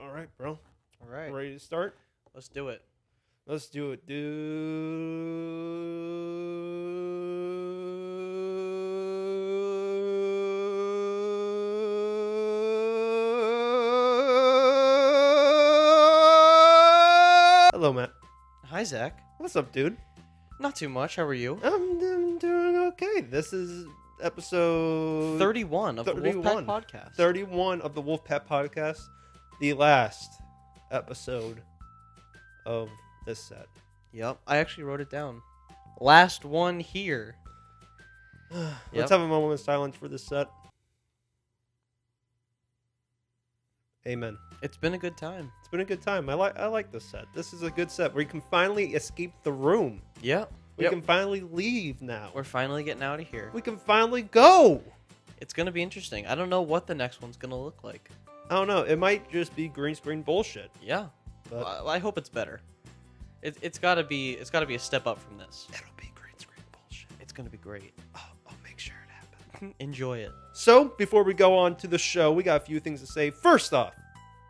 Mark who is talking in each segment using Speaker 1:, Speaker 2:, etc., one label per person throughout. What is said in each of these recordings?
Speaker 1: All right, bro.
Speaker 2: All right,
Speaker 1: Ready to start?
Speaker 2: let's do it.
Speaker 1: Let's do it, dude. Hello, Matt.
Speaker 2: Hi, Zach.
Speaker 1: What's up, dude?
Speaker 2: Not too much. How are you?
Speaker 1: I'm, I'm doing okay. This is episode
Speaker 2: 31 of the
Speaker 1: 31.
Speaker 2: Wolfpack Podcast.
Speaker 1: 31 of the Wolf Pet Podcast, the last episode of this set.
Speaker 2: Yep, I actually wrote it down. Last one here. Yep.
Speaker 1: Let's have a moment of silence for this set. Amen.
Speaker 2: It's been a good time.
Speaker 1: It's been a good time. I like I like this set. This is a good set where you can finally escape the room.
Speaker 2: Yep.
Speaker 1: We
Speaker 2: Yep.
Speaker 1: can finally leave now.
Speaker 2: We're finally getting out of here.
Speaker 1: We can finally go.
Speaker 2: It's gonna be interesting. I don't know what the next one's gonna look like.
Speaker 1: I don't know. It might just be green screen bullshit.
Speaker 2: Yeah.
Speaker 1: But-
Speaker 2: Well, I I hope it's better. It, it's gotta be. It's gotta be a step up from this.
Speaker 1: It'll be green screen bullshit.
Speaker 2: It's gonna be great.
Speaker 1: I'll, I'll make sure it happens.
Speaker 2: Enjoy it.
Speaker 1: So, before we go on to the show, we got a few things to say. First off,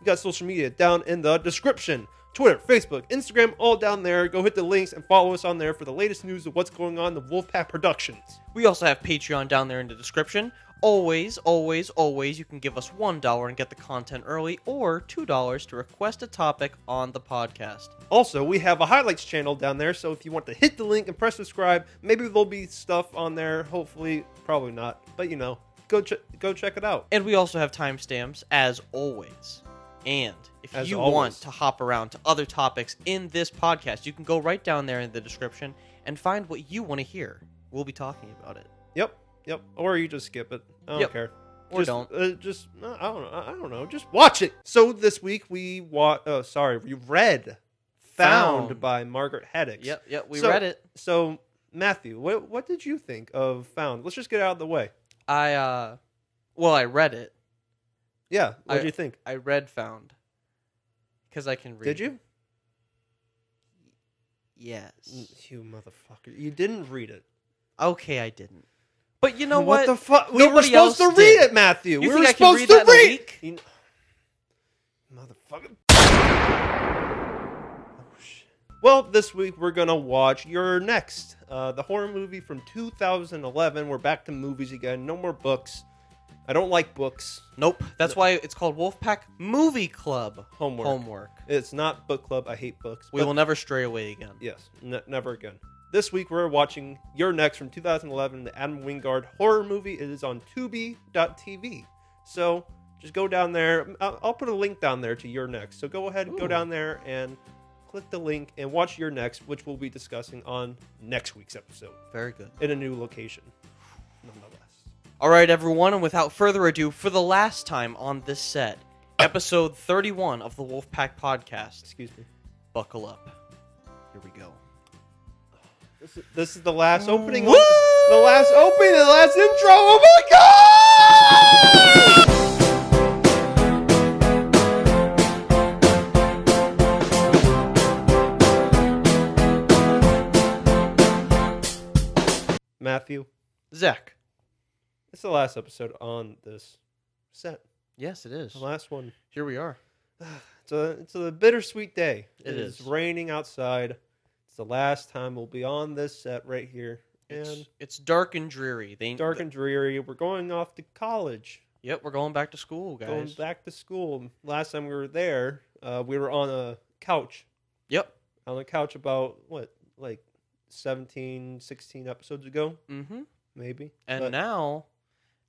Speaker 1: we got social media down in the description Twitter, Facebook, Instagram, all down there. Go hit the links and follow us on there for the latest news of what's going on in the Wolfpack Productions.
Speaker 2: We also have Patreon down there in the description. Always, always, always, you can give us $1 and get the content early, or $2 to request a topic on the podcast.
Speaker 1: Also, we have a highlights channel down there, so if you want to hit the link and press subscribe, maybe there'll be stuff on there. Hopefully, probably not, but you know, go ch- go check it out.
Speaker 2: And we also have timestamps, as always. And if
Speaker 1: As
Speaker 2: you
Speaker 1: always.
Speaker 2: want to hop around to other topics in this podcast, you can go right down there in the description and find what you want to hear. We'll be talking about it.
Speaker 1: Yep, yep. Or you just skip it. I don't
Speaker 2: Yep.
Speaker 1: care.
Speaker 2: Or
Speaker 1: just,
Speaker 2: don't.
Speaker 1: Uh, just no, I don't know. I I don't know. Just watch it. So this week we wa Oh, sorry, we read "Found"
Speaker 2: Found.
Speaker 1: by Margaret Hedix.
Speaker 2: Yep, yep, we
Speaker 1: So-
Speaker 2: read it.
Speaker 1: So Matthew, what what did you think of "Found"? Let's just get it out of the way.
Speaker 2: I, uh, well, I read it.
Speaker 1: Yeah. What
Speaker 2: I-
Speaker 1: did you think?
Speaker 2: I read Found. Because I can read.
Speaker 1: Did you?
Speaker 2: Yes.
Speaker 1: You motherfucker! You didn't read it.
Speaker 2: Okay, I didn't. But you know
Speaker 1: what? the
Speaker 2: what?
Speaker 1: fuck? We were
Speaker 2: Nobody
Speaker 1: supposed to
Speaker 2: else
Speaker 1: read
Speaker 2: did.
Speaker 1: it, Matthew. we
Speaker 2: You think
Speaker 1: were
Speaker 2: I can
Speaker 1: supposed
Speaker 2: read
Speaker 1: to
Speaker 2: that in a
Speaker 1: read.
Speaker 2: week?
Speaker 1: You kn- Motherfucker. Oh, shit. Well, this week we're gonna watch your next, uh, the horror movie from 2011. We're back to movies again. No more books. I don't like books.
Speaker 2: nope. That's why it's called Wolfpack Movie Club
Speaker 1: Homework.
Speaker 2: Homework.
Speaker 1: It's not book club. I hate books.
Speaker 2: We
Speaker 1: But-
Speaker 2: will never stray away again.
Speaker 1: Yes, n- never again. This week we're watching Your Next from 2011, the Adam Wingard horror movie. It is on Tubi.tv. So just go down there. I'll, I'll put a link down there to Your Next. So go ahead, go
Speaker 2: Ooh.
Speaker 1: down there and click the link and watch Your Next, which we'll be discussing on next week's episode
Speaker 2: Very good.
Speaker 1: in a new location, nonetheless.
Speaker 2: All right, everyone, and without further ado, for the last time on this set, episode 31 of the Wolfpack Podcast,
Speaker 1: Excuse me.
Speaker 2: buckle up. Here we go.
Speaker 1: This is, this is the last opening.
Speaker 2: Woo!
Speaker 1: The last opening, the last intro. Oh my god! Matthew,
Speaker 2: Zach.
Speaker 1: it's the last episode on this set.
Speaker 2: Yes, it is.
Speaker 1: The last one.
Speaker 2: Here we are.
Speaker 1: It's a it's a bittersweet day.
Speaker 2: It
Speaker 1: is
Speaker 2: is.
Speaker 1: raining outside. It's the last time we'll be on this set right here. And
Speaker 2: It's, it's dark and dreary. They
Speaker 1: dark and dreary. We're going off to college,
Speaker 2: Yep, we're going back to school, guys.
Speaker 1: going back to school. Last time we were there, uh, we were on a couch,
Speaker 2: Yep.
Speaker 1: on a couch about what, like 17, 16 episodes ago,
Speaker 2: Mm-hmm.
Speaker 1: maybe.
Speaker 2: And
Speaker 1: But
Speaker 2: now,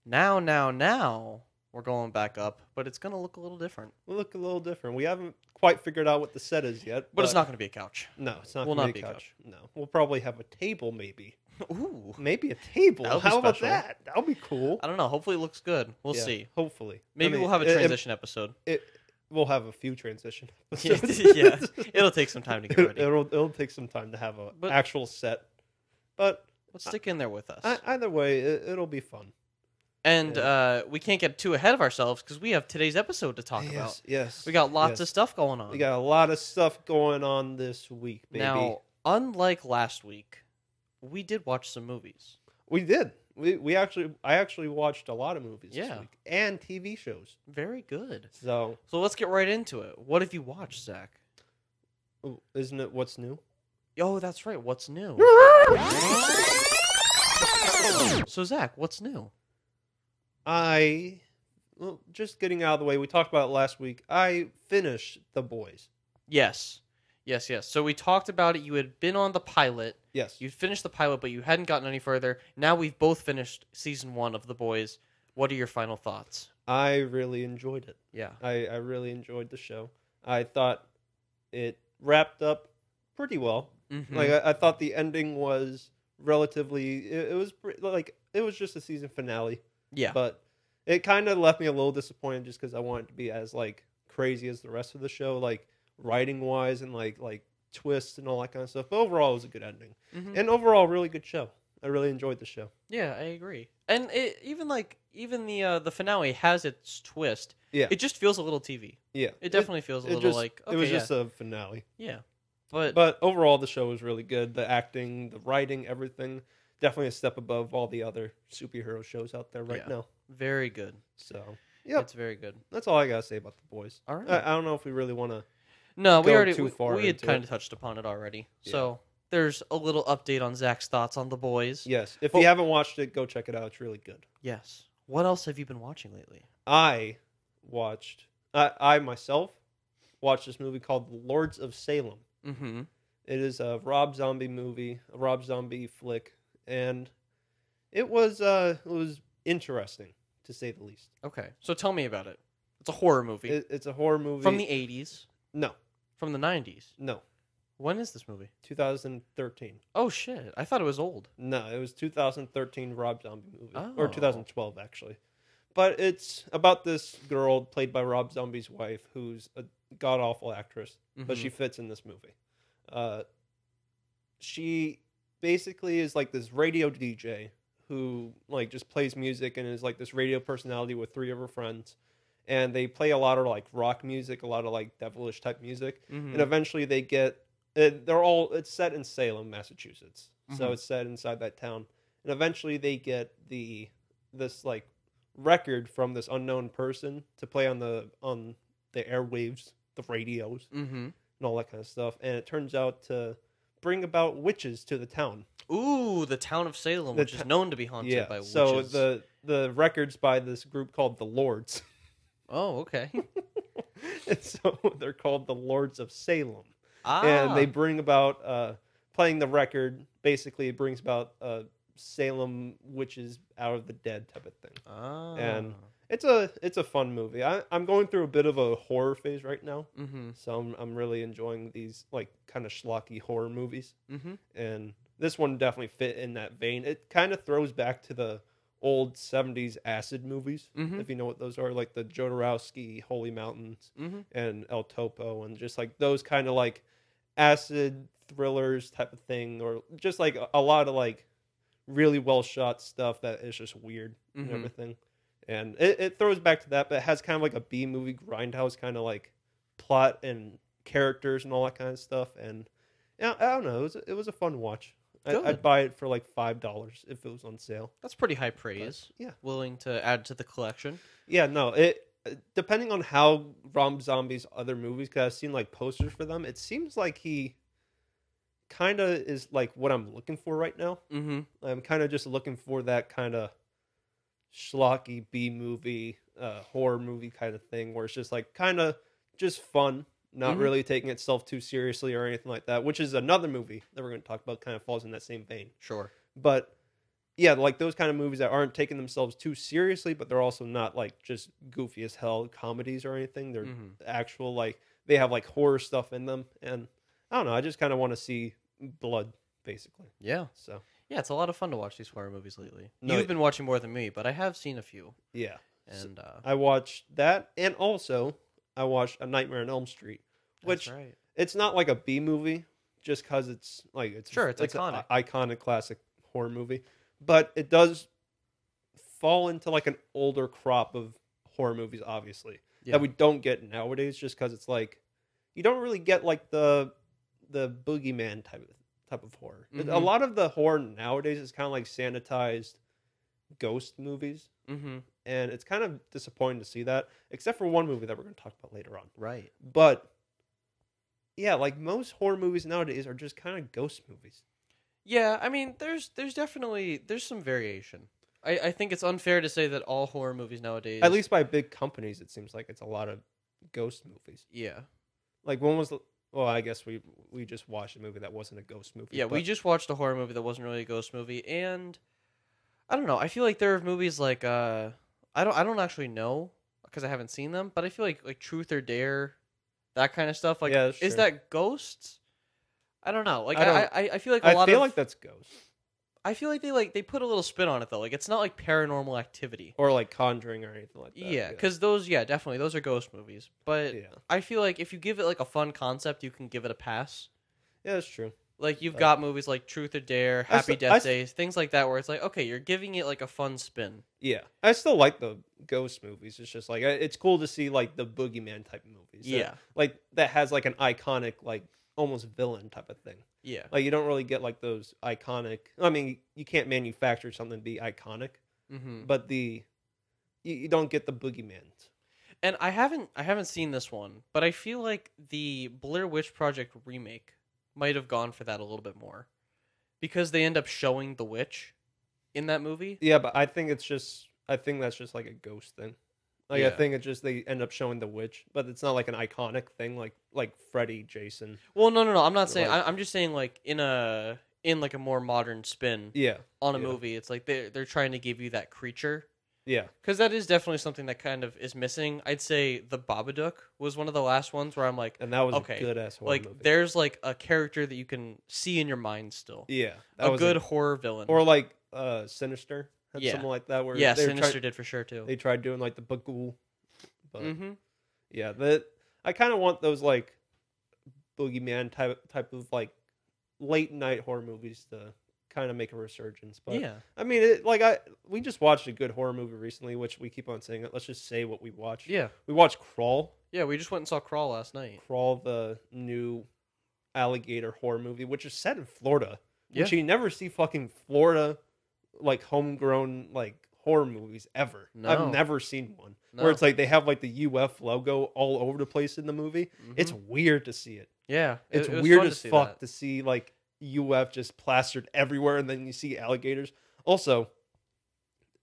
Speaker 2: now, now, now, we're going back up, but it's going to look a little different.
Speaker 1: we look a little different. We haven't quite figured out what the set is yet.
Speaker 2: But it's not going to be a couch.
Speaker 1: No, it's not.
Speaker 2: will
Speaker 1: gonna
Speaker 2: not
Speaker 1: be a
Speaker 2: be a
Speaker 1: couch. No, we'll probably have a table, maybe,
Speaker 2: Ooh.
Speaker 1: maybe a table.
Speaker 2: That would be
Speaker 1: How about
Speaker 2: special.
Speaker 1: that? That'll be cool.
Speaker 2: I don't know. Hopefully it looks good. We'll
Speaker 1: Yeah,
Speaker 2: see.
Speaker 1: Hopefully, I
Speaker 2: Maybe
Speaker 1: mean,
Speaker 2: we'll have a
Speaker 1: it- it-
Speaker 2: transition episode.
Speaker 1: It, we'll have a few transition.
Speaker 2: yeah.
Speaker 1: episodes.
Speaker 2: It'll take some time to get
Speaker 1: It-
Speaker 2: ready.
Speaker 1: it'll it'll take some time to have an
Speaker 2: But-
Speaker 1: actual set, but
Speaker 2: Let's stick in there with us.
Speaker 1: I, either way, it, it'll be fun.
Speaker 2: and
Speaker 1: yeah.
Speaker 2: uh, we can't get too ahead of ourselves because we have today's episode to talk about.
Speaker 1: yes, yes,
Speaker 2: We got lots
Speaker 1: yes.
Speaker 2: of stuff going on.
Speaker 1: We got a lot of stuff going on this week, baby.
Speaker 2: Now, unlike last week, we did watch some movies.
Speaker 1: we did. we, we actually I actually watched a lot of movies this
Speaker 2: Yeah.
Speaker 1: week and TV shows.
Speaker 2: Very good.
Speaker 1: So
Speaker 2: So let's get right into it. What have you watched, Zach?
Speaker 1: ooh, isn't it what's new?
Speaker 2: Oh, that's right. What's new? So Zach, what's new?
Speaker 1: I well, just getting out of the way. We talked about it last week. I finished The Boys.
Speaker 2: Yes. Yes, yes. So we talked about it. You had been on the pilot.
Speaker 1: Yes.
Speaker 2: You'd finished the pilot, but you hadn't gotten any further. Now we've both finished season one of The Boys. What are your final thoughts?
Speaker 1: I really enjoyed it.
Speaker 2: Yeah.
Speaker 1: I, I really enjoyed the show. I thought it wrapped up pretty well.
Speaker 2: Mhm.
Speaker 1: Like uh, I, I thought the ending was relatively. It, it was pre- like it was just a season finale,
Speaker 2: yeah.
Speaker 1: but it kind of left me a little disappointed just because I wanted to be as like crazy as the rest of the show, like writing wise and like like twists and all that kind of stuff. But overall, it was a good ending
Speaker 2: Mhm.
Speaker 1: and overall, really good show. I really enjoyed the show.
Speaker 2: Yeah, I agree. And it, even like even the uh, the finale has its twist.
Speaker 1: Yeah.
Speaker 2: It just feels a little TV.
Speaker 1: Yeah,
Speaker 2: It definitely feels a
Speaker 1: it
Speaker 2: little
Speaker 1: just-
Speaker 2: like okay,
Speaker 1: it was
Speaker 2: yeah.
Speaker 1: just a finale.
Speaker 2: yeah. But,
Speaker 1: But overall, the show was really good. The acting, the writing, everything. Definitely a step above all the other superhero shows out there right
Speaker 2: Yeah.
Speaker 1: now.
Speaker 2: very good.
Speaker 1: So, Yep. Uh,
Speaker 2: It's very good.
Speaker 1: that's all I got to say about The Boys.
Speaker 2: All right.
Speaker 1: I, I don't know if we really want to.
Speaker 2: No, we
Speaker 1: go
Speaker 2: already
Speaker 1: too
Speaker 2: we,
Speaker 1: far
Speaker 2: we had
Speaker 1: into
Speaker 2: kind of touched upon it already.
Speaker 1: Yeah.
Speaker 2: So there's a little update on Zach's thoughts on the boys.
Speaker 1: Yes. If
Speaker 2: Well-
Speaker 1: you haven't watched it, go check it out. It's really good.
Speaker 2: Yes. What else have you been watching lately?
Speaker 1: I watched. I, I myself watched this movie called Lords of Salem.
Speaker 2: Mm-hmm.
Speaker 1: It is a Rob Zombie movie, a Rob Zombie flick, and it was uh it was interesting to say the least.
Speaker 2: Okay. So tell me about it. It's a horror movie
Speaker 1: It, it's a horror movie
Speaker 2: from the '80s,
Speaker 1: no
Speaker 2: from the '90s.
Speaker 1: no
Speaker 2: When is this movie?
Speaker 1: 2013.
Speaker 2: Oh shit! I thought it was old.
Speaker 1: No, it was 2013 Rob Zombie movie or
Speaker 2: Oh.
Speaker 1: 2012 actually. But it's about this girl played by Rob Zombie's wife who's a god awful actress, but
Speaker 2: Mhm.
Speaker 1: she fits in this movie. Uh, she basically is like this radio DJ who like just plays music and is like this radio personality with three of her friends, and they play a lot of like rock music, a lot of like devilish type music
Speaker 2: Mhm.
Speaker 1: and eventually they get it, they're all it's set in salem massachusetts so
Speaker 2: Mhm.
Speaker 1: it's set inside that town and eventually they get the this like record from this unknown person to play on the on the airwaves the radios
Speaker 2: Mhm.
Speaker 1: and all that kind of stuff and it turns out to bring about witches to the town
Speaker 2: Mm-hmm. Ooh, the town of Salem,
Speaker 1: The
Speaker 2: which is
Speaker 1: to-
Speaker 2: known to be haunted
Speaker 1: yeah
Speaker 2: by
Speaker 1: so
Speaker 2: witches.
Speaker 1: the the records by this group called the lords
Speaker 2: oh, okay.
Speaker 1: and so they're called the lords of salem
Speaker 2: ah,
Speaker 1: and they bring about uh, playing the record. Basically, it brings about uh, Salem witches out of the dead type of thing.
Speaker 2: ah.
Speaker 1: and- It's a it's a fun movie. I, I'm going through a bit of a horror phase right now,
Speaker 2: Mhm.
Speaker 1: so I'm I'm really enjoying these like kind of schlocky horror movies,
Speaker 2: Mhm.
Speaker 1: and this one definitely fit in that vein. It kind of throws back to the old 70s acid movies.
Speaker 2: Mhm.
Speaker 1: If you know what those are, like the Jodorowsky Holy Mountains
Speaker 2: Mhm.
Speaker 1: and El Topo and just like those kind of like acid thrillers type of thing, or just like a, a lot of like really well shot stuff that is just weird
Speaker 2: Mhm.
Speaker 1: and everything. And it, it throws back to that, but it has kind of like a B movie grindhouse kind of like plot and characters and all that kind of stuff. And yeah, I don't know, it was it was a fun watch. I,
Speaker 2: Good.
Speaker 1: I'd buy it for like five dollars if it was on sale.
Speaker 2: That's pretty high
Speaker 1: but
Speaker 2: praise.
Speaker 1: yeah,
Speaker 2: Willing to add to the collection.
Speaker 1: yeah, no, it depending on how Rob Zombie's other movies, because I've seen like posters for them, it seems like he kind of is like what I'm looking for right now.
Speaker 2: Mm-hmm.
Speaker 1: I'm kind of just looking for that kind of schlocky B movie, uh, horror movie kind of thing, where it's just like kind of just fun, not
Speaker 2: Mhm.
Speaker 1: really taking itself too seriously or anything like that. Which is another movie that we're going to talk about, kind of falls in that same vein
Speaker 2: Sure.
Speaker 1: but yeah, like those kind of movies that aren't taking themselves too seriously, but they're also not like just goofy as hell comedies or anything. They're
Speaker 2: Mhm.
Speaker 1: actual like they have like horror stuff in them, and I don't know. I just kind of want to see blood, basically.
Speaker 2: Yeah.
Speaker 1: So
Speaker 2: Yeah, it's a lot of fun to watch these horror movies lately.
Speaker 1: No,
Speaker 2: You've
Speaker 1: it-
Speaker 2: been watching more than me, but I have seen a few.
Speaker 1: yeah, S-
Speaker 2: And uh,
Speaker 1: I watched that, and also I watched A Nightmare on Elm Street, which
Speaker 2: that's right.
Speaker 1: it's not like a B movie, just because it's like it's
Speaker 2: Sure, it's
Speaker 1: a-
Speaker 2: iconic.
Speaker 1: iconic classic horror movie, but it does fall into like an older crop of horror movies, obviously
Speaker 2: Yeah.
Speaker 1: that we don't get nowadays, just because it's like you don't really get like the the boogeyman type of type of horror. It- A
Speaker 2: Mhm.
Speaker 1: lot of the horror nowadays is kind of like sanitized ghost movies,
Speaker 2: Mm-hmm.
Speaker 1: and it's kind of disappointing to see that, except for one movie that we're going to talk about later on.
Speaker 2: Right.
Speaker 1: But yeah, like most horror movies nowadays are just kind of ghost movies.
Speaker 2: Yeah, I mean, there's there's definitely there's some variation. I, I think it's unfair to say that all horror movies nowadays.
Speaker 1: At least by big companies, it seems like it's a lot of ghost movies.
Speaker 2: Yeah.
Speaker 1: Like when was the well, I guess we we just watched a movie that wasn't a ghost movie.
Speaker 2: Yeah, we
Speaker 1: but-
Speaker 2: just watched a horror movie that wasn't really a ghost movie, and I don't know. I feel like there are movies like uh, I don't I don't actually know because I haven't seen them, but I feel like like Truth or Dare, that kind of stuff. Like,
Speaker 1: Yeah,
Speaker 2: is
Speaker 1: sure.
Speaker 2: that ghosts? I don't know. Like,
Speaker 1: I
Speaker 2: I
Speaker 1: don't-
Speaker 2: I, I, I feel like a
Speaker 1: I
Speaker 2: lot
Speaker 1: feel
Speaker 2: of
Speaker 1: like that's ghost
Speaker 2: I feel like they like they put a little spin on it though. Like, it's not like paranormal activity.
Speaker 1: or like Conjuring or anything like that.
Speaker 2: Yeah, because those yeah definitely those are ghost movies. But
Speaker 1: yeah,
Speaker 2: I feel like if you give it like a fun concept, you can give it a pass.
Speaker 1: yeah, that's true.
Speaker 2: Like you've
Speaker 1: Uh,
Speaker 2: got movies like Truth or Dare,
Speaker 1: I
Speaker 2: Happy
Speaker 1: s-
Speaker 2: Death
Speaker 1: I s-
Speaker 2: Days, things like that, where it's like, okay, you're giving it like a fun spin.
Speaker 1: Yeah, I still like the ghost movies. It's just like I- it's cool to see like the boogeyman type movies. that-
Speaker 2: Yeah,
Speaker 1: like that has like an iconic like almost villain type of thing.
Speaker 2: yeah,
Speaker 1: Like you don't really get like those iconic. I mean, you can't manufacture something to be iconic,
Speaker 2: hmm
Speaker 1: but the you, you don't get the boogeyman.
Speaker 2: And I haven't, I haven't seen this one, but I feel like the Blair Witch Project remake might have gone for that a little bit more, because they end up showing the witch in that movie.
Speaker 1: Yeah, but I think it's just I think that's just like a ghost thing. Like I
Speaker 2: Yeah.
Speaker 1: think it's just they end up showing the witch, but it's not like an iconic thing like like Freddy, Jason.
Speaker 2: Well, no, no, no. I'm not saying.
Speaker 1: Right.
Speaker 2: I, I'm just saying like in a in like a more modern spin
Speaker 1: Yeah,
Speaker 2: on a
Speaker 1: yeah.
Speaker 2: movie. It's like they are they're trying to give you that creature
Speaker 1: yeah,
Speaker 2: Because that is definitely something that kind of is missing. I'd say the Babadook was one of the last ones where I'm like,
Speaker 1: and that was
Speaker 2: Okay,
Speaker 1: a good ass horror
Speaker 2: like
Speaker 1: movie.
Speaker 2: there's like a character that you can see in your mind still.
Speaker 1: yeah, that
Speaker 2: a
Speaker 1: was
Speaker 2: good horror villain.
Speaker 1: or like uh Sinister had
Speaker 2: Yeah.
Speaker 1: something like that where
Speaker 2: yeah,
Speaker 1: they were
Speaker 2: Sinister
Speaker 1: trying-
Speaker 2: did for sure too.
Speaker 1: they tried doing like the Bagul, but
Speaker 2: hmm
Speaker 1: yeah, that I kind of want those like boogeyman type type of like late night horror movies to kind of make a resurgence. But
Speaker 2: yeah,
Speaker 1: I mean, it, like I we just watched a good horror movie recently, which we keep on saying it. Let's just say what we watched.
Speaker 2: yeah,
Speaker 1: We watched Crawl,
Speaker 2: yeah. We just went and saw Crawl last night.
Speaker 1: Crawl, the new alligator horror movie, which is set in Florida, which
Speaker 2: Yeah.
Speaker 1: you never see fucking Florida like homegrown like horror movies ever.
Speaker 2: No.
Speaker 1: I've never seen one where it's like they have like the UF logo all over the place in the movie.
Speaker 2: Mm-hmm.
Speaker 1: It's weird to see it.
Speaker 2: yeah, it-
Speaker 1: It's
Speaker 2: it was
Speaker 1: weird
Speaker 2: fun to
Speaker 1: as
Speaker 2: see
Speaker 1: fuck
Speaker 2: that.
Speaker 1: to see like UF just plastered everywhere, and then you see alligators. Also,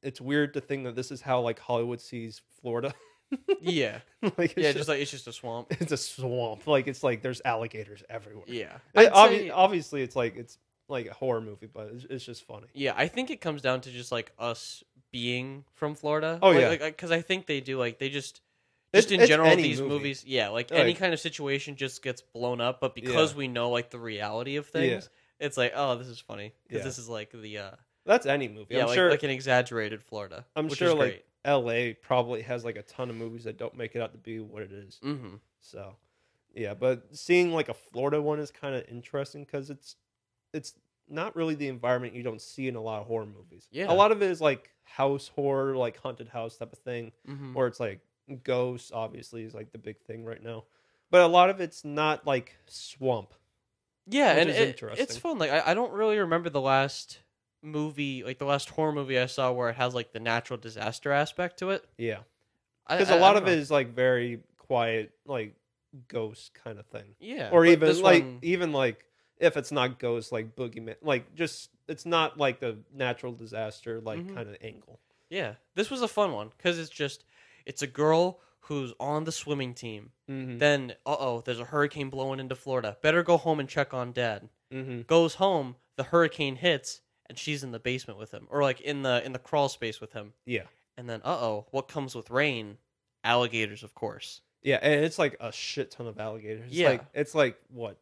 Speaker 1: it's weird to think that this is how like Hollywood sees Florida.
Speaker 2: yeah,
Speaker 1: like, it's
Speaker 2: yeah. Just like it's just a swamp.
Speaker 1: it's a swamp. Like it's like there's alligators everywhere.
Speaker 2: Yeah,
Speaker 1: I-
Speaker 2: I'd
Speaker 1: obvi-
Speaker 2: say-
Speaker 1: obviously, it's like it's like a horror movie, but it's, it's just funny.
Speaker 2: Yeah, I think it comes down to just like us being from Florida.
Speaker 1: Oh,
Speaker 2: Like-
Speaker 1: yeah.
Speaker 2: like, because I think they do like they just
Speaker 1: It's-
Speaker 2: just in
Speaker 1: it's
Speaker 2: general
Speaker 1: any
Speaker 2: these
Speaker 1: movie.
Speaker 2: movies. Yeah, like, any
Speaker 1: Like-
Speaker 2: kind of situation just gets blown up, but because we know like the reality of things, it's like oh, this is funny because
Speaker 1: Yeah.
Speaker 2: this is like the uh,
Speaker 1: That's any movie.
Speaker 2: yeah,
Speaker 1: I'm
Speaker 2: like,
Speaker 1: sure
Speaker 2: like an exaggerated Florida.
Speaker 1: I'm
Speaker 2: which
Speaker 1: sure,
Speaker 2: is
Speaker 1: like,
Speaker 2: great.
Speaker 1: L.A. probably has like a ton of movies that don't make it out to be what it is.
Speaker 2: Mm-hmm.
Speaker 1: So, yeah, but seeing like a Florida one is kind of interesting because it's it's not really the environment you don't see in a lot of horror movies. a
Speaker 2: Yeah.
Speaker 1: lot of it is like house horror, like haunted house type of thing,
Speaker 2: Mm-hmm.
Speaker 1: or it's like ghosts. Obviously, is like the big thing right now, but a lot of it's not like swamp.
Speaker 2: Yeah,
Speaker 1: which
Speaker 2: and
Speaker 1: is
Speaker 2: it- it's
Speaker 1: interesting.
Speaker 2: fun. Like I, I don't really remember the last movie, like the last horror movie I saw where it has like the natural disaster aspect to it.
Speaker 1: Yeah,
Speaker 2: I-
Speaker 1: because
Speaker 2: I-
Speaker 1: a
Speaker 2: I
Speaker 1: lot
Speaker 2: don't
Speaker 1: of
Speaker 2: know.
Speaker 1: it is like very quiet, like ghost kind of thing,
Speaker 2: yeah,
Speaker 1: or
Speaker 2: but
Speaker 1: even
Speaker 2: this
Speaker 1: like
Speaker 2: one-
Speaker 1: even like. If it's not ghost, like boogeyman, like just it's not like the natural disaster, like
Speaker 2: Mhm.
Speaker 1: kind of angle.
Speaker 2: Yeah, this was a fun one because it's just it's a girl who's on the swimming team.
Speaker 1: Mm-hmm.
Speaker 2: Then, uh oh, there's a hurricane blowing into Florida. Better go home and check on dad.
Speaker 1: Mm-hmm.
Speaker 2: Goes home, the hurricane hits, and she's in the basement with him, or like in the in the crawl space with him.
Speaker 1: Yeah.
Speaker 2: And then, uh oh, what comes with rain? Alligators, of course.
Speaker 1: Yeah, and it's like a shit ton of alligators. It's
Speaker 2: Yeah.
Speaker 1: like it's like what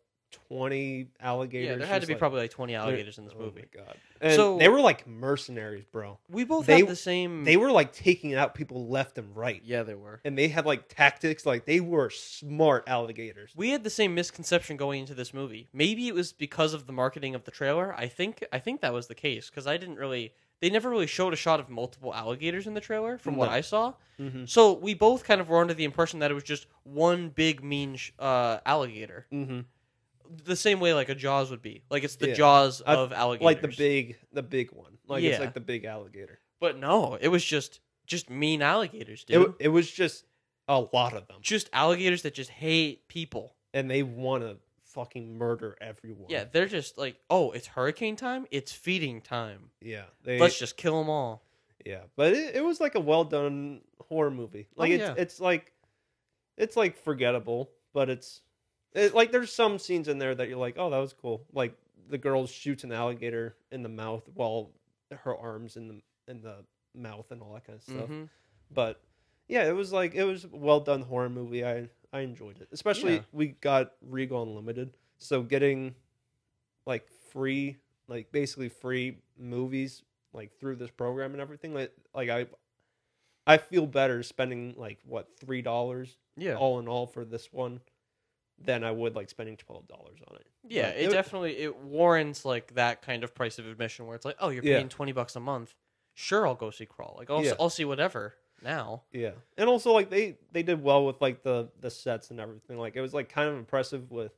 Speaker 1: twenty alligators.
Speaker 2: yeah, there had to
Speaker 1: just
Speaker 2: be
Speaker 1: like-
Speaker 2: probably like 20
Speaker 1: there-
Speaker 2: alligators in this
Speaker 1: oh
Speaker 2: movie.
Speaker 1: my god! And
Speaker 2: So-
Speaker 1: they were like mercenaries, bro.
Speaker 2: We both
Speaker 1: They-
Speaker 2: had the same.
Speaker 1: They were like taking out people left and right,
Speaker 2: yeah, they were.
Speaker 1: and they had like tactics. Like they were smart alligators.
Speaker 2: We had the same misconception going into this movie. Maybe it was because of the marketing of the trailer. I think I think that was the case because I didn't really they never really showed a shot of multiple alligators in the trailer from what
Speaker 1: No.
Speaker 2: I saw.
Speaker 1: Mm-hmm.
Speaker 2: So we both kind of were under the impression that it was just one big mean sh- uh, alligator,
Speaker 1: Mm-hmm.
Speaker 2: the same way like a Jaws would be. Like it's the
Speaker 1: Yeah.
Speaker 2: Jaws
Speaker 1: I-
Speaker 2: of alligators,
Speaker 1: Like the big, the big one. Like
Speaker 2: Yeah.
Speaker 1: it's like the big alligator.
Speaker 2: But no, it was just just mean alligators, dude.
Speaker 1: It, it was just a lot of them,
Speaker 2: just alligators that just hate people.
Speaker 1: and they want to fucking murder everyone.
Speaker 2: Yeah, they're just like, oh, it's hurricane time. It's feeding time.
Speaker 1: yeah. They,
Speaker 2: Let's just kill them all.
Speaker 1: yeah, but it, it was like a well done horror movie.
Speaker 2: Oh,
Speaker 1: Like it's
Speaker 2: yeah.
Speaker 1: it's like it's like forgettable, but it's it, like there's some scenes in there that you're like, oh, that was cool. Like the girl shoots an alligator in the mouth while her arms in the in the mouth and all that kind of stuff.
Speaker 2: Mhm.
Speaker 1: but yeah, it was like it was a well done horror movie. I I enjoyed it, especially
Speaker 2: Yeah.
Speaker 1: we got Regal Unlimited, so getting like free, like basically free movies like through this program and everything. Like like I I feel better spending like what three dollars
Speaker 2: Yeah,
Speaker 1: all in all for this one than I would like spending twelve dollars on it.
Speaker 2: yeah.
Speaker 1: like,
Speaker 2: It,
Speaker 1: it-
Speaker 2: definitely it warrants like that kind of price of admission where it's like, oh, you're
Speaker 1: Yeah.
Speaker 2: paying twenty bucks a month. Sure, I'll go see Crawl. Like, I'll,
Speaker 1: Yeah.
Speaker 2: I'll see whatever now.
Speaker 1: Yeah, and also like they they did well with like the the sets and everything. Like it was like kind of impressive with.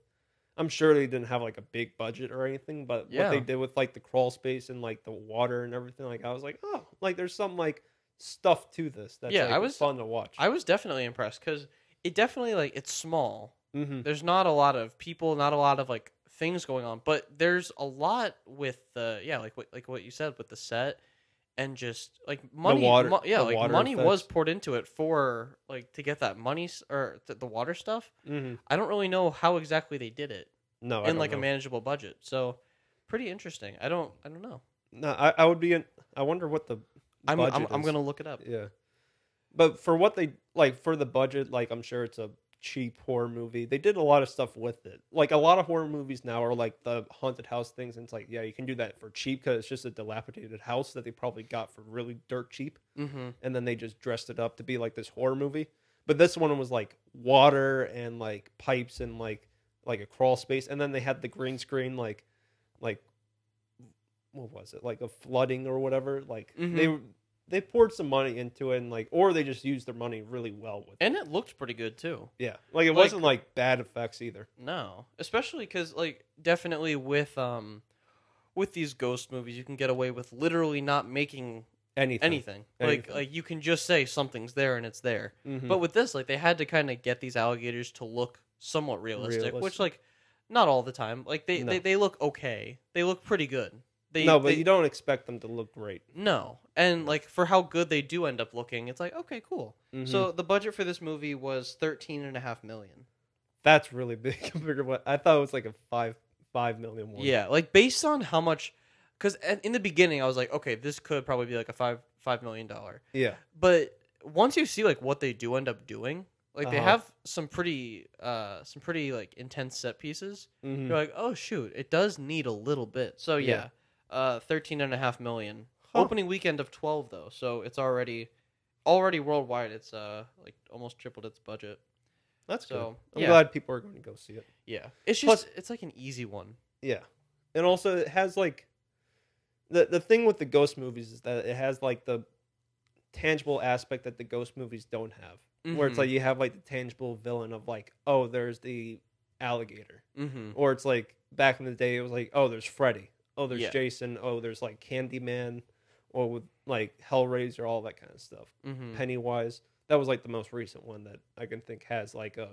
Speaker 1: I'm sure they didn't have like a big budget or anything, but
Speaker 2: Yeah.
Speaker 1: what they did with like the crawl space and like the water and everything, like I was like, oh, like there's some like stuff to this that's
Speaker 2: Yeah,
Speaker 1: like,
Speaker 2: I was-
Speaker 1: fun to watch.
Speaker 2: I was definitely impressed because it definitely like it's small.
Speaker 1: mm-hmm.
Speaker 2: There's not a lot of people, not a lot of like things going on, but there's a lot with the yeah, like what like what you said with the set and just like money,
Speaker 1: water-
Speaker 2: mo- yeah,
Speaker 1: the
Speaker 2: like
Speaker 1: water
Speaker 2: money was
Speaker 1: effects.
Speaker 2: poured into it for like to get that money s- or th- the water stuff.
Speaker 1: Mm-hmm.
Speaker 2: I don't really know how exactly they did it
Speaker 1: No, I
Speaker 2: in
Speaker 1: don't
Speaker 2: like a
Speaker 1: know.
Speaker 2: manageable budget, so pretty interesting. I don't, I don't know.
Speaker 1: No, I, I would be. In, I wonder what the.
Speaker 2: I'm, I'm,
Speaker 1: budget
Speaker 2: I'm
Speaker 1: is.
Speaker 2: gonna look it up.
Speaker 1: Yeah, but for what they like for the budget, like I'm sure it's a cheap horror movie. They did a lot of stuff with it. Like a lot of horror movies now are like the haunted house things, and it's like yeah, you can do that for cheap because it's just a dilapidated house that they probably got for really dirt cheap,
Speaker 2: Mm-hmm.
Speaker 1: and then they just dressed it up to be like this horror movie. But this one was like water and like pipes and like like a crawl space, and then they had the green screen like like what was it like a flooding or whatever like
Speaker 2: Mm-hmm.
Speaker 1: they they poured some money into it and like or they just used their money really well with it.
Speaker 2: And it looked pretty good too.
Speaker 1: yeah like it
Speaker 2: like-
Speaker 1: wasn't like bad effects either
Speaker 2: No, especially because like definitely with um with these ghost movies, you can get away with literally not making
Speaker 1: anything,
Speaker 2: anything. Like
Speaker 1: Anything.
Speaker 2: like you can just say something's there and it's there.
Speaker 1: Mhm.
Speaker 2: But with this, like they had to kind of get these alligators to look somewhat realistic, which
Speaker 1: Realistic.
Speaker 2: like not all the time. Like they,
Speaker 1: No.
Speaker 2: they they look okay. They look pretty good. They
Speaker 1: no but
Speaker 2: they-
Speaker 1: you don't expect them to look great
Speaker 2: no. And like for how good they do end up looking, it's like okay, cool.
Speaker 1: so
Speaker 2: So the budget for this movie was thirteen and a half million.
Speaker 1: that's really big compared to what i thought it was like a five five million one
Speaker 2: Yeah, like based on how much, because in the beginning I was like, okay, this could probably be like a five five million dollar.
Speaker 1: yeah
Speaker 2: But once you see like what they do end up doing, like they
Speaker 1: Uh-huh.
Speaker 2: have some pretty uh some pretty like intense set pieces.
Speaker 1: Mhm.
Speaker 2: You're like, oh shoot, it does need a little bit. So yeah,
Speaker 1: Yeah.
Speaker 2: uh, thirteen and a half million.
Speaker 1: Huh.
Speaker 2: Opening weekend of twelve though, so it's already already worldwide. It's uh like almost tripled its budget.
Speaker 1: that's good
Speaker 2: So
Speaker 1: i'm
Speaker 2: yeah,
Speaker 1: glad people are going to go see it
Speaker 2: yeah, it's
Speaker 1: Plus-
Speaker 2: just it's like an easy one.
Speaker 1: yeah and also it has like the the thing with the ghost movies is that it has like the tangible aspect that the ghost movies don't have where it's
Speaker 2: Mhm.
Speaker 1: like you have like the tangible villain of like oh there's the alligator
Speaker 2: Mm-hmm.
Speaker 1: or it's like back in the day it was like oh there's freddy oh there's
Speaker 2: Yeah.
Speaker 1: jason oh there's like candyman or with like hellraiser all that kind of stuff
Speaker 2: Mm-hmm.
Speaker 1: pennywise that was like the most recent one that i can think has like a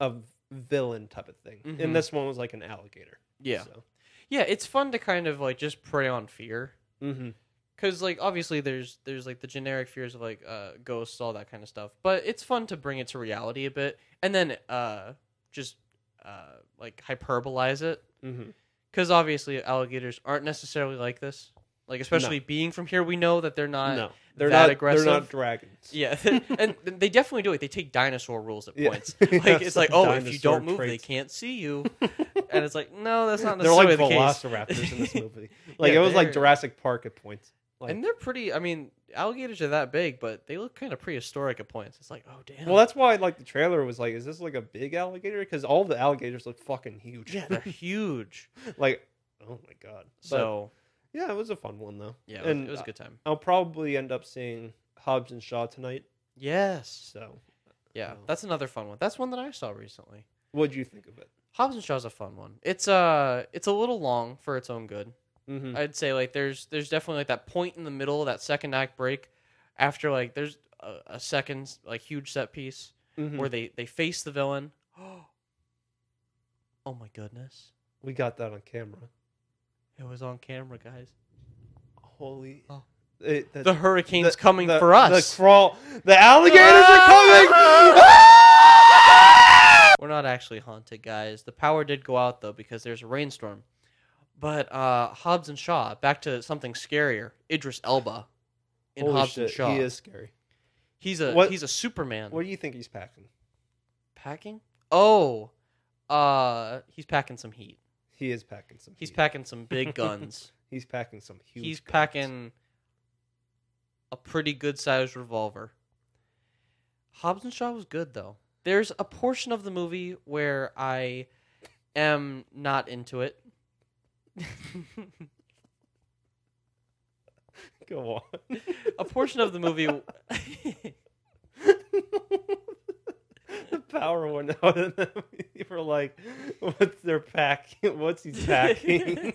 Speaker 1: a villain type of thing
Speaker 2: Mhm.
Speaker 1: and this one was like an alligator
Speaker 2: Yeah.
Speaker 1: so.
Speaker 2: Yeah, it's fun to kind of like just prey on fear
Speaker 1: mm-hmm.
Speaker 2: cuz like obviously there's there's like the generic fears of like uh ghosts all that kind of stuff, but it's fun to bring it to reality a bit and then uh just uh like hyperbolize it
Speaker 1: Mm-hmm.
Speaker 2: cuz obviously alligators aren't necessarily like this. Like especially being from here, we know that they're not
Speaker 1: no they're
Speaker 2: Uh, that
Speaker 1: not
Speaker 2: aggressive?
Speaker 1: they're not dragons
Speaker 2: Yeah, and they definitely do it. They take dinosaur rules at
Speaker 1: Yeah.
Speaker 2: points.
Speaker 1: Yeah,
Speaker 2: Like it's like, oh, if you
Speaker 1: dinosaur
Speaker 2: don't move, they
Speaker 1: traits.
Speaker 2: can't see you. and it's like, no, that's not
Speaker 1: they're like
Speaker 2: necessarily the case.
Speaker 1: velociraptors in this movie like
Speaker 2: Yeah,
Speaker 1: it was like
Speaker 2: they're-
Speaker 1: jurassic park at points like-
Speaker 2: and they're pretty. I mean, alligators are that big, but they look kind of prehistoric at points. It's like, oh damn.
Speaker 1: Well, that's why like the trailer was like, is this like a big alligator? Because all the alligators look fucking huge.
Speaker 2: yeah, they're huge.
Speaker 1: like, oh my god. But,
Speaker 2: So
Speaker 1: yeah, it was a fun one though.
Speaker 2: yeah, it was,
Speaker 1: and uh,
Speaker 2: it was a good time.
Speaker 1: I'll probably end up seeing Hobbs and Shaw tonight.
Speaker 2: Yes,
Speaker 1: So,
Speaker 2: yeah,
Speaker 1: Oh.
Speaker 2: that's another fun one. That's one that I saw recently.
Speaker 1: what'd you think of it?
Speaker 2: Hobbs and Shaw's a fun one. It's uh, it's a little long for its own good.
Speaker 1: Mm-hmm.
Speaker 2: I'd say like there's there's definitely like that point in the middle, that second act break, after like there's a, a second like huge set piece
Speaker 1: Hmm.
Speaker 2: where they they face the villain. oh my goodness,
Speaker 1: We got that on camera.
Speaker 2: it was on camera, guys.
Speaker 1: Holy.
Speaker 2: Oh.
Speaker 1: It-
Speaker 2: The hurricane's
Speaker 1: the-
Speaker 2: coming
Speaker 1: the-
Speaker 2: for us.
Speaker 1: The crawl. The alligators are coming.
Speaker 2: We're not actually haunted, guys. The power did go out though because there's a rainstorm. But uh Hobbs and Shaw, back to something scarier. Idris Elba in
Speaker 1: Holy
Speaker 2: Hobbs
Speaker 1: shit,
Speaker 2: and Shaw.
Speaker 1: he is scary.
Speaker 2: He's a
Speaker 1: What-
Speaker 2: he's a Superman.
Speaker 1: What do you think he's packing?
Speaker 2: packing? Oh, uh, he's packing some heat.
Speaker 1: He is packing some.
Speaker 2: He's
Speaker 1: heat.
Speaker 2: packing some big guns.
Speaker 1: He's packing some huge.
Speaker 2: he's
Speaker 1: guns.
Speaker 2: packing a pretty good sized revolver. Hobbs and Shaw was good though. There's a portion of the movie where I am not into it.
Speaker 1: Go on.
Speaker 2: a portion of the movie
Speaker 1: the power went out of them. You were like, "What's their packing? What's he's packing?"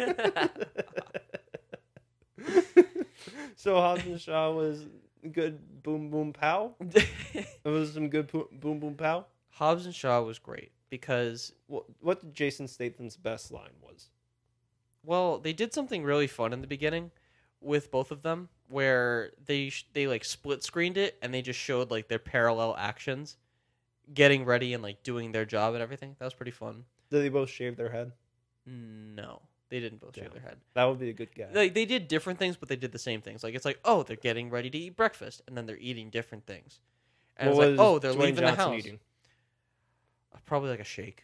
Speaker 1: so Hobbs and Shaw was good. Boom boom pow. It was some good po- boom boom pow.
Speaker 2: Hobbs and Shaw was great because
Speaker 1: What, what did Jason Statham's best line was?
Speaker 2: Well, they did something really fun in the beginning with both of them, where they sh- they like split screened it and they just showed like their parallel actions, getting ready and like doing their job and everything. That was pretty fun.
Speaker 1: Did they both shave their head?
Speaker 2: No, they didn't both shave
Speaker 1: Damn.
Speaker 2: their head.
Speaker 1: That would be a good guy.
Speaker 2: Like they did different things, but they did the same things. Like it's like oh they're getting ready to eat breakfast and then they're eating different things. And
Speaker 1: What
Speaker 2: it's
Speaker 1: was
Speaker 2: like oh they're
Speaker 1: Dwayne
Speaker 2: leaving the
Speaker 1: Johnson
Speaker 2: house. Uh,
Speaker 1: eating?
Speaker 2: Probably like a shake.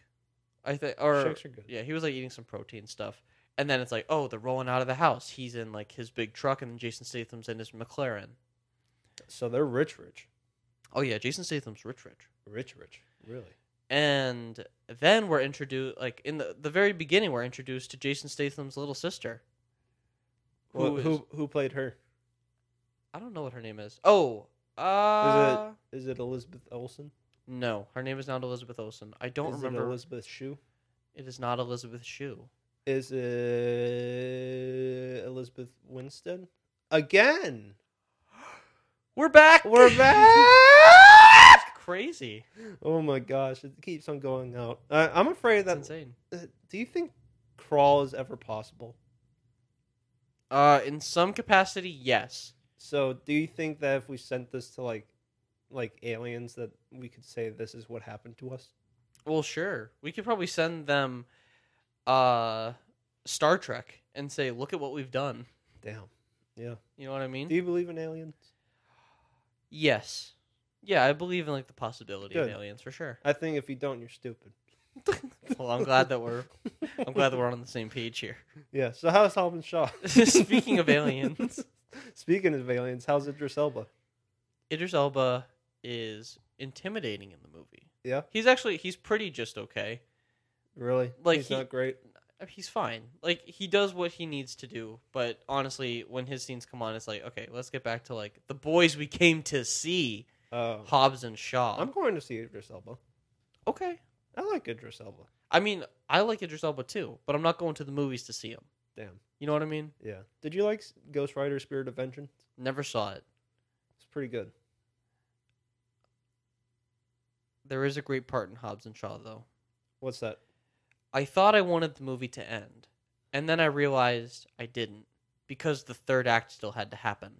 Speaker 2: I think or
Speaker 1: Shakes are good.
Speaker 2: Yeah, he was like eating some protein stuff. And then it's like, oh, they're rolling out of the house. He's in like his big truck, and Jason Statham's in his McLaren.
Speaker 1: So they're rich, rich,
Speaker 2: Oh yeah, Jason Statham's rich, rich.
Speaker 1: rich, rich. Really.
Speaker 2: And then we're introduced, like in the the very beginning, we're introduced to Jason Statham's little sister. Who
Speaker 1: Who
Speaker 2: is-
Speaker 1: who, who played her?
Speaker 2: I don't know what her name is. Oh, uh,
Speaker 1: Is it Elizabeth Olsen?
Speaker 2: no, her name is not Elizabeth Olsen. I don't
Speaker 1: is
Speaker 2: remember.
Speaker 1: It Elizabeth Shue.
Speaker 2: it is not Elizabeth Shue.
Speaker 1: Is it Elizabeth Winston? Again,
Speaker 2: We're back.
Speaker 1: we're back.
Speaker 2: Crazy.
Speaker 1: oh my gosh, it keeps on going out. I, I'm afraid
Speaker 2: That's
Speaker 1: that.
Speaker 2: insane.
Speaker 1: Uh, do you think crawl is ever possible?
Speaker 2: Uh, in some capacity, yes.
Speaker 1: So, do you think that if we sent this to like, like aliens, that we could say this is what happened to us?
Speaker 2: Well, sure. We could probably send them uh Star Trek and say, "Look at what we've done."
Speaker 1: Damn. Yeah.
Speaker 2: You know what I mean?
Speaker 1: Do you believe in aliens?
Speaker 2: Yes. Yeah, I believe in like the possibility of
Speaker 1: Good.
Speaker 2: aliens for sure.
Speaker 1: I think if you don't, you're stupid.
Speaker 2: Well, I'm glad that we're I'm glad that we're on the same page here.
Speaker 1: Yeah. So how's Hobbs and Shaw?
Speaker 2: Speaking of aliens,
Speaker 1: Speaking of aliens, how's Idris Elba?
Speaker 2: Idris Elba is intimidating in the movie.
Speaker 1: Yeah.
Speaker 2: He's actually he's pretty just okay.
Speaker 1: Really?
Speaker 2: Like,
Speaker 1: he's
Speaker 2: he-
Speaker 1: not great.
Speaker 2: Uh, He's fine. Like he does what he needs to do, but honestly, when his scenes come on, it's like, okay, let's get back to like the boys we came to see.
Speaker 1: Oh.
Speaker 2: Hobbs and Shaw.
Speaker 1: I'm going to see Idris Elba.
Speaker 2: okay.
Speaker 1: I like Idris Elba.
Speaker 2: I mean, I like Idris Elba too, but I'm not going to the movies to see him.
Speaker 1: Damn.
Speaker 2: You know what I mean?
Speaker 1: Yeah. Did you like Ghost Rider: Spirit of Vengeance?
Speaker 2: Never saw it.
Speaker 1: It's pretty good.
Speaker 2: There is a great part in Hobbs and Shaw though.
Speaker 1: What's that?
Speaker 2: I thought I wanted the movie to end, and then I realized I didn't because the third act still had to happen.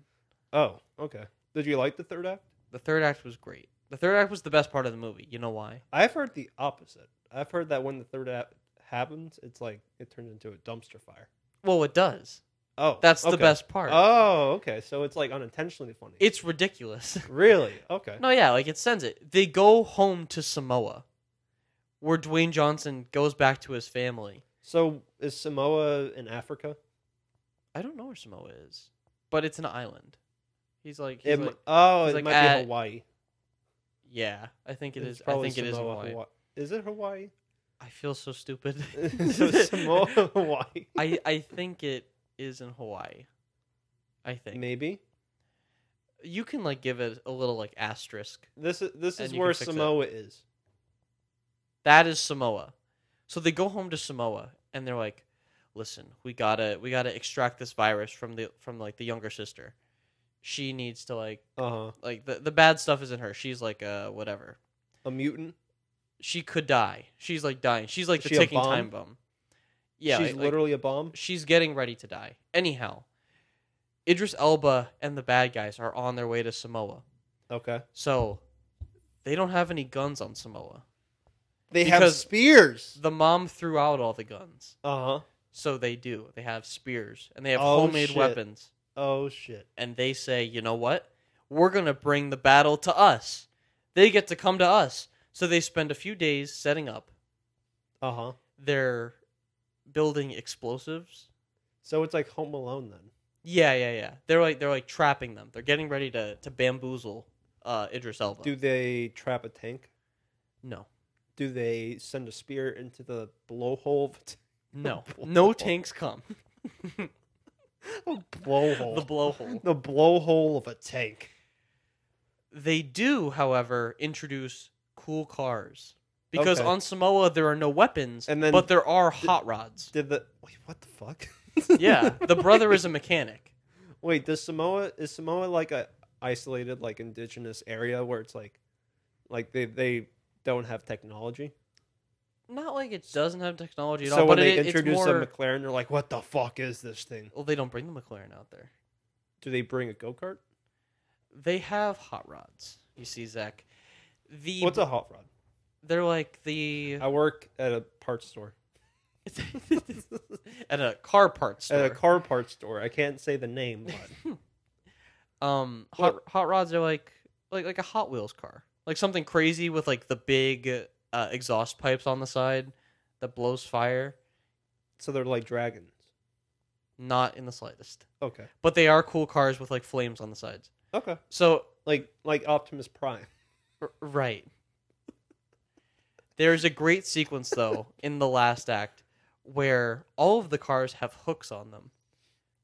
Speaker 1: Oh, okay. Did you like the third act?
Speaker 2: The third act was great. The third act was the best part of the movie. You know why?
Speaker 1: I've heard the opposite. I've heard that when the third act happens, it's like it turns into a dumpster fire.
Speaker 2: Well, it does.
Speaker 1: Oh,
Speaker 2: That's the
Speaker 1: okay.
Speaker 2: best part.
Speaker 1: Oh, okay. So it's like unintentionally funny.
Speaker 2: it's ridiculous.
Speaker 1: really okay.
Speaker 2: No, yeah, like it sends it. They go home to Samoa, where Dwayne Johnson goes back to his family.
Speaker 1: So is Samoa in Africa?
Speaker 2: I don't know where Samoa is, but it's an island. He's like, he's
Speaker 1: It m-
Speaker 2: like
Speaker 1: oh,
Speaker 2: he's
Speaker 1: it
Speaker 2: like,
Speaker 1: might
Speaker 2: uh,
Speaker 1: be Hawaii.
Speaker 2: yeah, I think it
Speaker 1: It's
Speaker 2: is. I
Speaker 1: probably
Speaker 2: think it is
Speaker 1: Samoa,
Speaker 2: Hawaii.
Speaker 1: Hawa- Is it Hawaii?
Speaker 2: I feel so stupid.
Speaker 1: so Samoa, Hawaii.
Speaker 2: I I think it is in Hawaii. I think
Speaker 1: Maybe
Speaker 2: you can like give it a little like asterisk.
Speaker 1: this is this
Speaker 2: And
Speaker 1: is
Speaker 2: you can
Speaker 1: where
Speaker 2: fix it.
Speaker 1: Samoa is.
Speaker 2: That is Samoa. So they go home to Samoa and they're like, listen, we gotta we gotta extract this virus from the from like the younger sister. She needs to like
Speaker 1: Uh huh.
Speaker 2: like the the bad stuff isn't her. She's like uh whatever.
Speaker 1: A mutant.
Speaker 2: She could die. She's like dying. She's like
Speaker 1: Is
Speaker 2: the
Speaker 1: she a
Speaker 2: ticking
Speaker 1: bomb?
Speaker 2: time bomb. Yeah,
Speaker 1: She's
Speaker 2: like- like,
Speaker 1: literally a bomb.
Speaker 2: she's getting ready to die. Anyhow, Idris Elba and the bad guys are on their way to Samoa.
Speaker 1: Okay.
Speaker 2: So they don't have any guns on Samoa.
Speaker 1: They have
Speaker 2: Because-
Speaker 1: spears.
Speaker 2: The mom threw out all the guns.
Speaker 1: Uh huh.
Speaker 2: So they do. They have spears and they have
Speaker 1: Oh,
Speaker 2: homemade
Speaker 1: shit.
Speaker 2: weapons.
Speaker 1: Oh shit.
Speaker 2: And they say, you know what? We're going to bring the battle to us. They get to come to us. So they spend a few days setting up.
Speaker 1: Uh huh.
Speaker 2: They're building explosives.
Speaker 1: So it's like Home Alone then.
Speaker 2: Yeah, yeah, yeah. They're like they're like trapping them. They're getting ready to to bamboozle uh Idris Elba.
Speaker 1: Do they trap a tank?
Speaker 2: No.
Speaker 1: Do they send a spear into the blowhole? of a t-
Speaker 2: No. No tanks come.
Speaker 1: blowhole.
Speaker 2: The blowhole.
Speaker 1: the blowhole of a tank.
Speaker 2: They do, however, introduce cool cars. Because
Speaker 1: Okay.
Speaker 2: on Samoa there are no weapons,
Speaker 1: And then-
Speaker 2: but there are hot rods.
Speaker 1: Did the wait? What the fuck?
Speaker 2: yeah, the brother is a mechanic.
Speaker 1: Wait, does Samoa is Samoa like a isolated like indigenous area where it's like, like they they don't have technology?
Speaker 2: Not like it doesn't have technology at
Speaker 1: so
Speaker 2: all,
Speaker 1: when
Speaker 2: but
Speaker 1: they
Speaker 2: it, it's
Speaker 1: introduce
Speaker 2: more.
Speaker 1: a McLaren, they're like, "What the fuck is this thing?"
Speaker 2: well, they don't bring the McLaren out there.
Speaker 1: Do they bring a go kart?
Speaker 2: They have hot rods. You see, Zach. The
Speaker 1: What's a hot rod?
Speaker 2: they're like the
Speaker 1: I work at a parts store,
Speaker 2: at a car parts store.
Speaker 1: at a car parts store. I can't say the name, but
Speaker 2: um, hot, hot rods are like like like a Hot Wheels car, like something crazy with like the big uh, exhaust pipes on the side that blows fire.
Speaker 1: so they're like dragons.
Speaker 2: Not in the slightest,
Speaker 1: Okay,
Speaker 2: but they are cool cars with like flames on the sides.
Speaker 1: okay,
Speaker 2: So
Speaker 1: like like Optimus Prime.
Speaker 2: r- right, there's a great sequence though in the last act where all of the cars have hooks on them.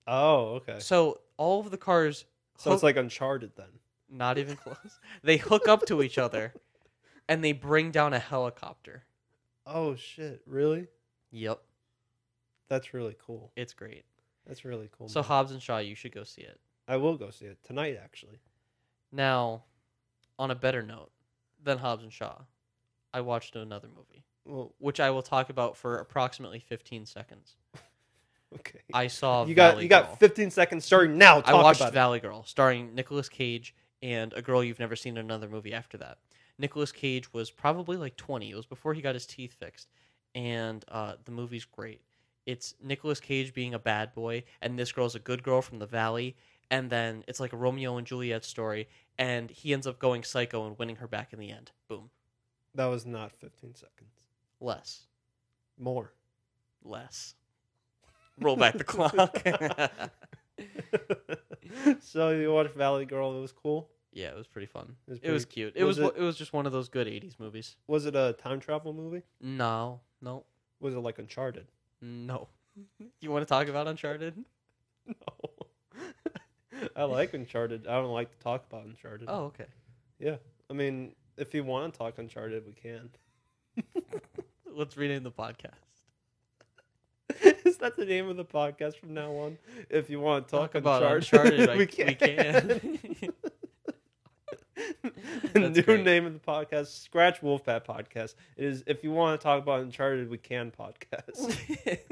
Speaker 1: Oh, okay.
Speaker 2: So all of the cars
Speaker 1: So it's
Speaker 2: hook-
Speaker 1: like Uncharted then.
Speaker 2: not even close. They hook up to each other and they bring down a helicopter.
Speaker 1: Oh shit! Really?
Speaker 2: Yep.
Speaker 1: That's really cool.
Speaker 2: It's great.
Speaker 1: That's really cool.
Speaker 2: So
Speaker 1: man.
Speaker 2: Hobbs and Shaw, you should go see it.
Speaker 1: I will go see it tonight, actually.
Speaker 2: Now, on a better note than Hobbs and Shaw, I watched another movie,
Speaker 1: Well,
Speaker 2: which I will talk about for approximately 15 seconds.
Speaker 1: okay.
Speaker 2: I saw
Speaker 1: you got
Speaker 2: Valley
Speaker 1: you
Speaker 2: Girl.
Speaker 1: got 15 seconds starting now. Talk
Speaker 2: I watched
Speaker 1: about
Speaker 2: Valley Girl, starring Nicolas Cage and a girl you've never seen in another movie after that. Nicolas Cage was probably like 20. It was before he got his teeth fixed. And uh, the movie's great. It's Nicolas Cage being a bad boy, and this girl's a good girl from the Valley. And then it's like a Romeo and Juliet story, and he ends up going psycho and winning her back in the end. Boom.
Speaker 1: it. That was not 15 seconds.
Speaker 2: Less.
Speaker 1: More.
Speaker 2: Less. Roll back the clock.
Speaker 1: so you watched Valley Girl. It was cool.
Speaker 2: yeah, it was pretty fun.
Speaker 1: It was
Speaker 2: It was
Speaker 1: pretty-
Speaker 2: cute. It
Speaker 1: was
Speaker 2: was it,
Speaker 1: it-
Speaker 2: it was just one of those good 80s movies.
Speaker 1: Was it a time travel movie?
Speaker 2: No, no,
Speaker 1: Was it like Uncharted?
Speaker 2: no. You want to talk about Uncharted?
Speaker 1: No. I like Uncharted. I don't like to talk about Uncharted.
Speaker 2: Oh, okay.
Speaker 1: I mean, if you want to talk Uncharted, we can.
Speaker 2: Let's rename the podcast.
Speaker 1: Is that the name of the podcast from now on? If you want to talk,
Speaker 2: about
Speaker 1: Uncharted,
Speaker 2: Uncharted. I- we can.
Speaker 1: the
Speaker 2: That's
Speaker 1: new
Speaker 2: great.
Speaker 1: name of the podcast, Scratch Wolfpack Podcast. It is if you want to talk about Uncharted, we can podcast.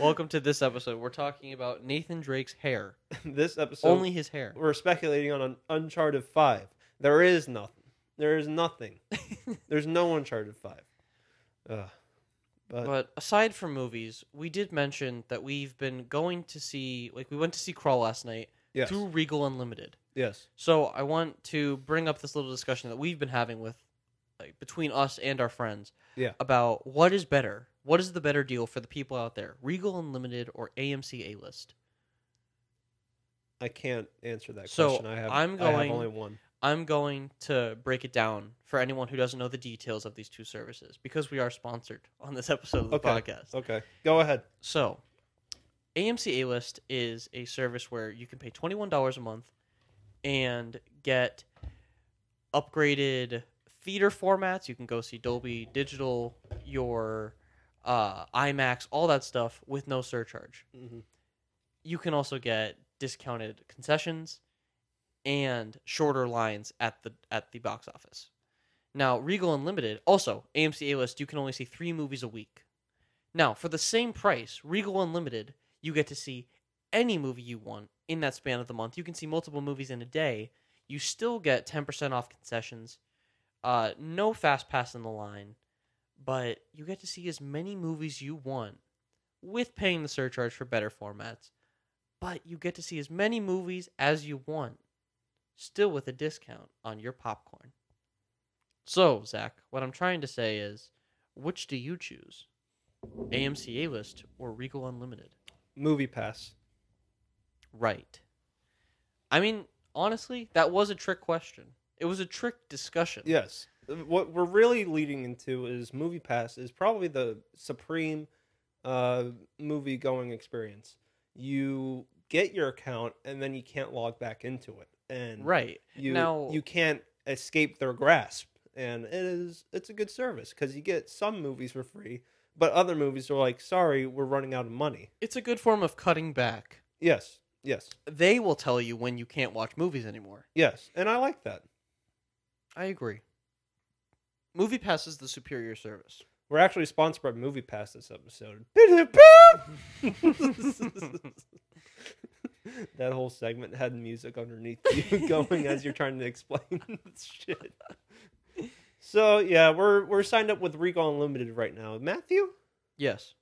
Speaker 2: Welcome to this episode. We're talking about Nathan Drake's hair.
Speaker 1: this episode,
Speaker 2: Only his hair.
Speaker 1: we're speculating on an Uncharted Five. There is nothing. There is nothing. There's no Uncharted Five. Ugh. But,
Speaker 2: But aside from movies, we did mention that we've been going to see, like, we went to see Crawl last night
Speaker 1: yes,
Speaker 2: through Regal Unlimited.
Speaker 1: yes,
Speaker 2: So I want to bring up this little discussion that we've been having with like between us and our friends
Speaker 1: Yeah.
Speaker 2: about what is better. What is the better deal for the people out there? Regal Unlimited or AMC A List?
Speaker 1: I can't answer that
Speaker 2: So,
Speaker 1: question. I have.
Speaker 2: I'm
Speaker 1: I have
Speaker 2: going-
Speaker 1: only one.
Speaker 2: I'm going to break it down for anyone who doesn't know the details of these two services because we are sponsored on this episode of the
Speaker 1: Okay.
Speaker 2: podcast.
Speaker 1: Okay, go ahead.
Speaker 2: So, AMC A List is a service where you can pay $21 a month and get upgraded theater formats. You can go see Dolby Digital, your uh, IMAX, all that stuff with no surcharge.
Speaker 1: Mm-hmm.
Speaker 2: You can also get discounted concessions and shorter lines at the at the box office. Now, Regal Unlimited, also AMC A List, you can only see three movies a week. Now, for the same price, Regal Unlimited, you get to see any movie you want in that span of the month. You can see multiple movies in a day. You still get 10% off concessions, uh, no fast pass in the line, but you get to see as many movies you want with paying the surcharge for better formats. But you get to see as many movies as you want, still with a discount on your popcorn. So, Zach, what I'm trying to say is which do you choose? AMC A List or Regal Unlimited?
Speaker 1: Movie Pass.
Speaker 2: Right. I mean, honestly, that was a trick question. It was a trick discussion.
Speaker 1: Yes. What we're really leading into is Movie Pass is probably the supreme uh, movie going experience. You get your account and then you can't log back into it, and
Speaker 2: Right.
Speaker 1: you
Speaker 2: Now-
Speaker 1: you can't escape their grasp. And it is it's a good service because you get some movies for free, but other movies are like, sorry, we're running out of money.
Speaker 2: It's a good form of cutting back.
Speaker 1: Yes, yes,
Speaker 2: They will tell you when you can't watch movies anymore.
Speaker 1: yes, and I like that.
Speaker 2: I agree. Movie Pass is the superior service.
Speaker 1: We're actually sponsored by Movie Pass this episode. that whole segment had music underneath you going as you're trying to explain this shit. So yeah, we're we're signed up with Regal Unlimited right now. Matthew,
Speaker 2: yes.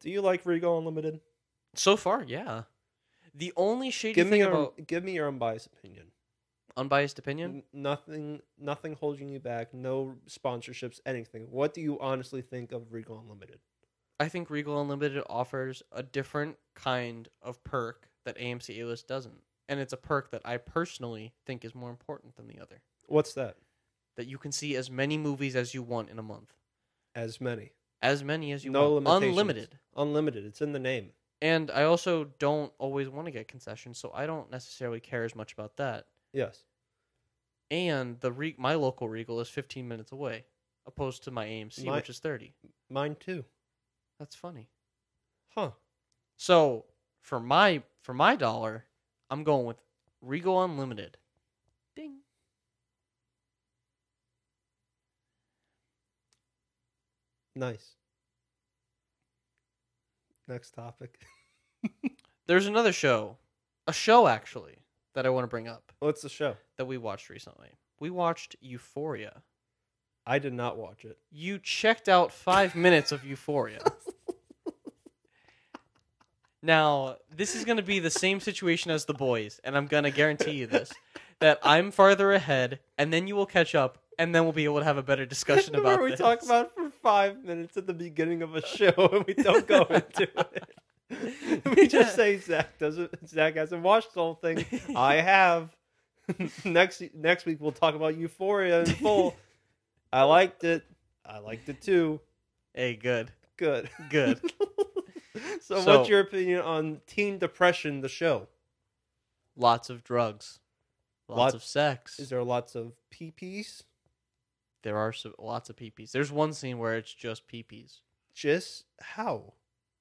Speaker 1: do you like Regal Unlimited?
Speaker 2: So far, yeah. The only shady
Speaker 1: Give me
Speaker 2: thing
Speaker 1: your
Speaker 2: about
Speaker 1: give me your unbiased opinion.
Speaker 2: unbiased
Speaker 1: N-
Speaker 2: opinion,
Speaker 1: Nothing nothing holding you back. No sponsorships. Anything. What do you honestly think of Regal Unlimited?
Speaker 2: I think Regal Unlimited offers a different kind of perk that AMC A List doesn't. And it's a perk that I personally think is more important than the other.
Speaker 1: What's that?
Speaker 2: That you can see as many movies as you want in a month.
Speaker 1: As many.
Speaker 2: As many as you
Speaker 1: No
Speaker 2: want.
Speaker 1: limitations.
Speaker 2: Unlimited.
Speaker 1: Unlimited. It's in the name.
Speaker 2: And I also don't always want to get concessions, so I don't necessarily care as much about that.
Speaker 1: Yes.
Speaker 2: And the re- my local Regal is 15 minutes away, opposed to my AMC,
Speaker 1: My-
Speaker 2: which is 30.
Speaker 1: Mine too.
Speaker 2: That's funny.
Speaker 1: Huh.
Speaker 2: So for my for my dollar, I'm going with Regal Unlimited. Ding.
Speaker 1: Nice. Next topic.
Speaker 2: There's another show, a show actually that I want to bring up
Speaker 1: What's the show?
Speaker 2: that we watched recently. We watched Euphoria.
Speaker 1: I did not watch it.
Speaker 2: You checked out five minutes of Euphoria. Now, this is going to be the same situation as the boys, and I'm going to guarantee you this that I'm farther ahead, and then you will catch up, and then we'll be able to have a better discussion about
Speaker 1: Remember we
Speaker 2: this.
Speaker 1: talk about it for five minutes at the beginning of a show and we don't go into it. we just say Zach doesn't. Zach hasn't watched the whole thing. I have. next next week we'll talk about Euphoria in full. I liked it. I liked it too.
Speaker 2: Hey, good.
Speaker 1: Good.
Speaker 2: Good.
Speaker 1: so,
Speaker 2: So-
Speaker 1: what's your opinion on Teen Depression, the show?
Speaker 2: Lots of drugs. Lots,
Speaker 1: Lots-
Speaker 2: of sex.
Speaker 1: Is there lots of PPs?
Speaker 2: there are so, lots of peepees. There's one scene where it's just peepees.
Speaker 1: Just how?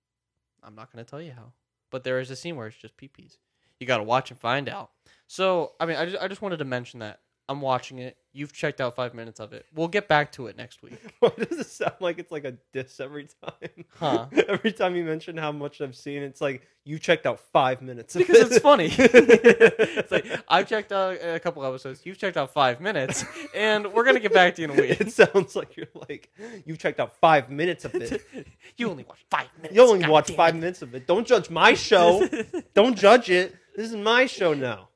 Speaker 2: I'm not going to tell you how, but there is a scene where it's just peepees. You got to watch and find out. So, I mean, I just, I just wanted to mention that. I'm watching it. You've checked out five minutes of it. We'll get back to it next week.
Speaker 1: Why does it sound like it's like a diss every time?
Speaker 2: Huh.
Speaker 1: every time you mention how much I've seen, it's like you checked out five minutes. of
Speaker 2: because
Speaker 1: it."
Speaker 2: it's funny. it's like I've checked out uh, a couple episodes. You've checked out five minutes, and um, we're gonna get back to you in a week.
Speaker 1: it sounds like you're like you checked out five minutes of it.
Speaker 2: you only watched five minutes.
Speaker 1: You only
Speaker 2: God
Speaker 1: watched
Speaker 2: damn
Speaker 1: five
Speaker 2: it.
Speaker 1: minutes of it. Don't judge my show. Don't judge it. This is my show now.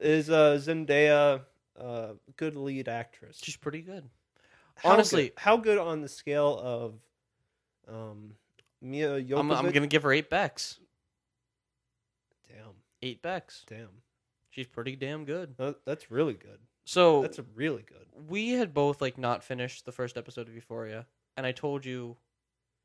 Speaker 1: Is uh, Zendaya uh, good lead actress?
Speaker 2: She's pretty good.
Speaker 1: How
Speaker 2: honestly-
Speaker 1: good- how good on the scale of um, Mia Jovovich?
Speaker 2: I'm, I'm gonna give her eight becks.
Speaker 1: damn,
Speaker 2: Eight becks.
Speaker 1: damn.
Speaker 2: She's pretty damn good.
Speaker 1: That- that's really good.
Speaker 2: So
Speaker 1: That's really good.
Speaker 2: we had both like not finished the first episode of Euphoria, and I told you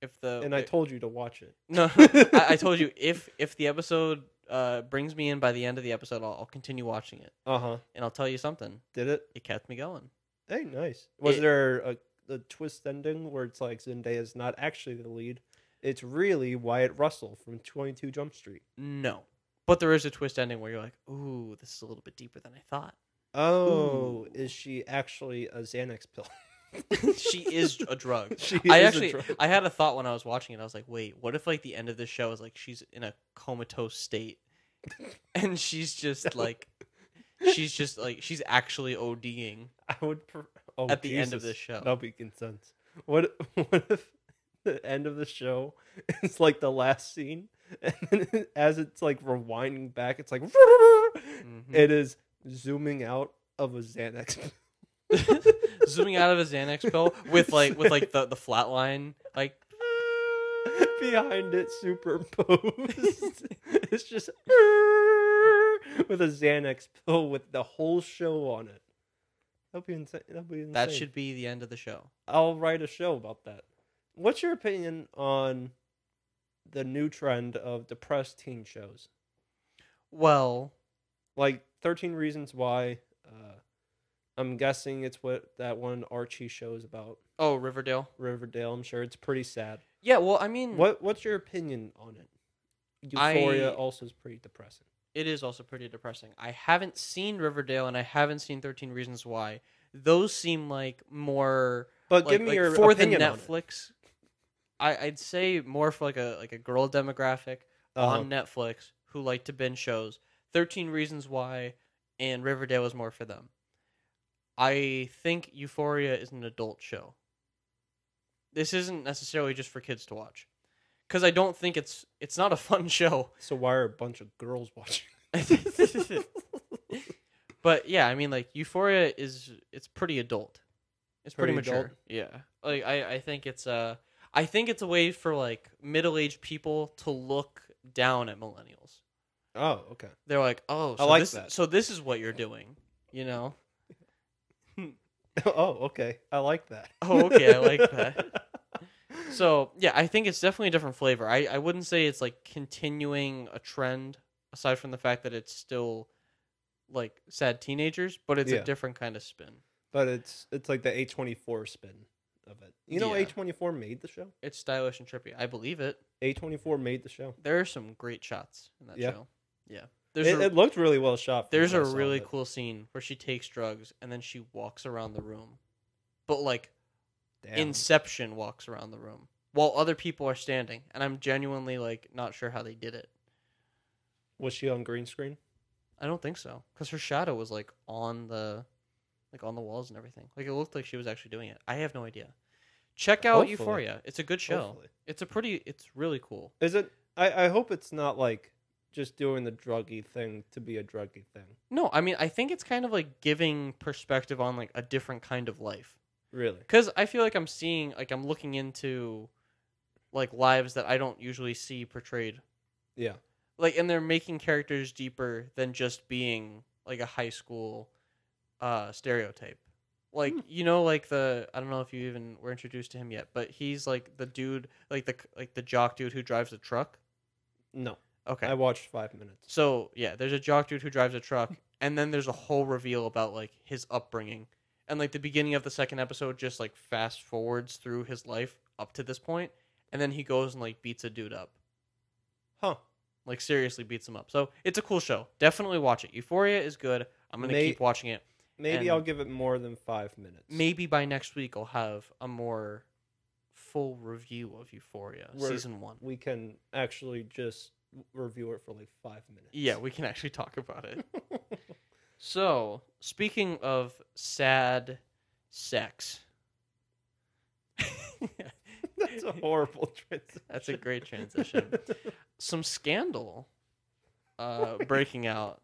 Speaker 2: if the
Speaker 1: And I told you to watch it.
Speaker 2: no, uh, I, I told you if if the episode uh, brings me in by the end of the episode, I'll, I'll continue watching it,
Speaker 1: Uh huh.
Speaker 2: and I'll tell you something.
Speaker 1: Did it?
Speaker 2: It kept me going.
Speaker 1: Hey, nice. Was
Speaker 2: It-
Speaker 1: there a the twist ending where it's like Zendaya is not actually the lead. It's really Wyatt Russell from 22 Jump Street.
Speaker 2: No. But there is a twist ending where you're like, ooh, this is a little bit deeper than I thought.
Speaker 1: Oh,
Speaker 2: Ooh.
Speaker 1: is she actually a Xanax pill?
Speaker 2: she is a drug.
Speaker 1: She
Speaker 2: I
Speaker 1: is a
Speaker 2: actually
Speaker 1: drug.
Speaker 2: I had a thought when I was watching it. I was like, wait, what if like the end of this show is like she's in a comatose state and she's just like she's just like she's actually ODing.
Speaker 1: I would. Pre- oh,
Speaker 2: at the end of
Speaker 1: Jesus.
Speaker 2: this show.
Speaker 1: That'll be consent. What? What if the end of the show is like the last scene, and then as it's like rewinding back, it's like
Speaker 2: Mhm.
Speaker 1: it is zooming out of a Xanax.
Speaker 2: Zooming out of a Xanax pill with like with like the the flat line like
Speaker 1: behind it superimposed. it's just with a Xanax pill with the whole show on it. That'd be insane. That'd be insane.
Speaker 2: that should be the end of the show.
Speaker 1: I'll write a show about that. What's your opinion on the new trend of depressed teen shows?
Speaker 2: Well,
Speaker 1: Like 13 Reasons Why. Uh, I'm guessing it's what that one Archie show is about.
Speaker 2: oh, Riverdale.
Speaker 1: Riverdale. I'm sure it's pretty sad.
Speaker 2: Yeah, well, I mean,
Speaker 1: What What's your opinion on it? Euphoria
Speaker 2: I-
Speaker 1: also is pretty depressing.
Speaker 2: it is also pretty depressing. I haven't seen Riverdale and I haven't seen 13 Reasons Why. Those seem like more
Speaker 1: But
Speaker 2: like,
Speaker 1: give me
Speaker 2: like,
Speaker 1: your
Speaker 2: for the
Speaker 1: opinion on it.
Speaker 2: Netflix. I I'd say more for like a like a girl demographic
Speaker 1: Uh-huh.
Speaker 2: on Netflix who like to binge shows. 13 Reasons Why and Riverdale is more for them. I think Euphoria is an adult show. This isn't necessarily just for kids to watch. Cuz I don't think it's it's not a fun show.
Speaker 1: So why are a bunch of girls watching?
Speaker 2: but yeah, I mean, like Euphoria is it's pretty adult. It's pretty,
Speaker 1: Pretty
Speaker 2: mature. Yeah, like I, I think it's a, I think it's a way for like middle aged people to look down at millennials.
Speaker 1: Oh, okay.
Speaker 2: They're like, oh, so
Speaker 1: like
Speaker 2: this,
Speaker 1: that.
Speaker 2: So this is what you're doing, you know?
Speaker 1: oh, okay. I like that.
Speaker 2: Oh, okay, I like that. So yeah, I think it's definitely a different flavor. I, I wouldn't say it's like continuing a trend aside from the fact that it's still like sad teenagers, but it's
Speaker 1: Yeah.
Speaker 2: a different kind of spin.
Speaker 1: but it's it's like the A twenty four spin of it. You know,
Speaker 2: Yeah.
Speaker 1: A twenty four made the show.
Speaker 2: It's stylish and trippy. I believe it.
Speaker 1: A twenty four made the show.
Speaker 2: There are some great shots in that
Speaker 1: Yeah.
Speaker 2: show. Yeah. There's
Speaker 1: It,
Speaker 2: a,
Speaker 1: it looked really well shot. from
Speaker 2: there's
Speaker 1: what
Speaker 2: a
Speaker 1: I saw,
Speaker 2: really
Speaker 1: but-
Speaker 2: cool scene where she takes drugs and then she walks around the room. But like
Speaker 1: Damn.
Speaker 2: Inception walks around the room while other people are standing and I'm genuinely like not sure how they did it.
Speaker 1: was she on green screen?
Speaker 2: I don't think so cuz her shadow was like on the like on the walls and everything. Like it looked like she was actually doing it. I have no idea. Check out
Speaker 1: Hopefully.
Speaker 2: Euphoria. It's a good show.
Speaker 1: Hopefully.
Speaker 2: It's a pretty it's really cool.
Speaker 1: Is it? I I hope it's not like just doing the druggy thing to be a druggy thing.
Speaker 2: No, I mean I think it's kind of like giving perspective on like a different kind of life.
Speaker 1: Really?
Speaker 2: Cuz I feel like I'm seeing like I'm looking into like lives that I don't usually see portrayed.
Speaker 1: Yeah.
Speaker 2: Like and they're making characters deeper than just being like a high school uh stereotype. Like
Speaker 1: Hmm.
Speaker 2: you know like the I don't know if you even were introduced to him yet, but he's like the dude like the like the jock dude who drives the truck.
Speaker 1: No,
Speaker 2: Okay.
Speaker 1: I watched five minutes.
Speaker 2: So yeah, there's a jock dude who drives a truck, and then there's a whole reveal about like his upbringing, and like the beginning of the second episode just like fast forwards through his life up to this point, and then he goes and like beats a dude up,
Speaker 1: Huh?
Speaker 2: like seriously beats him up. So it's a cool show. Definitely watch it. Euphoria is good. I'm gonna
Speaker 1: May-
Speaker 2: keep watching it.
Speaker 1: Maybe
Speaker 2: And-
Speaker 1: I'll give it more than five minutes.
Speaker 2: Maybe by next week I'll have a more full review of Euphoria
Speaker 1: We're-
Speaker 2: season one.
Speaker 1: we can actually just review it for like five minutes.
Speaker 2: Yeah, we can actually talk about it. So, speaking of sad sex,
Speaker 1: That's a horrible transition.
Speaker 2: that's a great transition. Some scandal uh, breaking out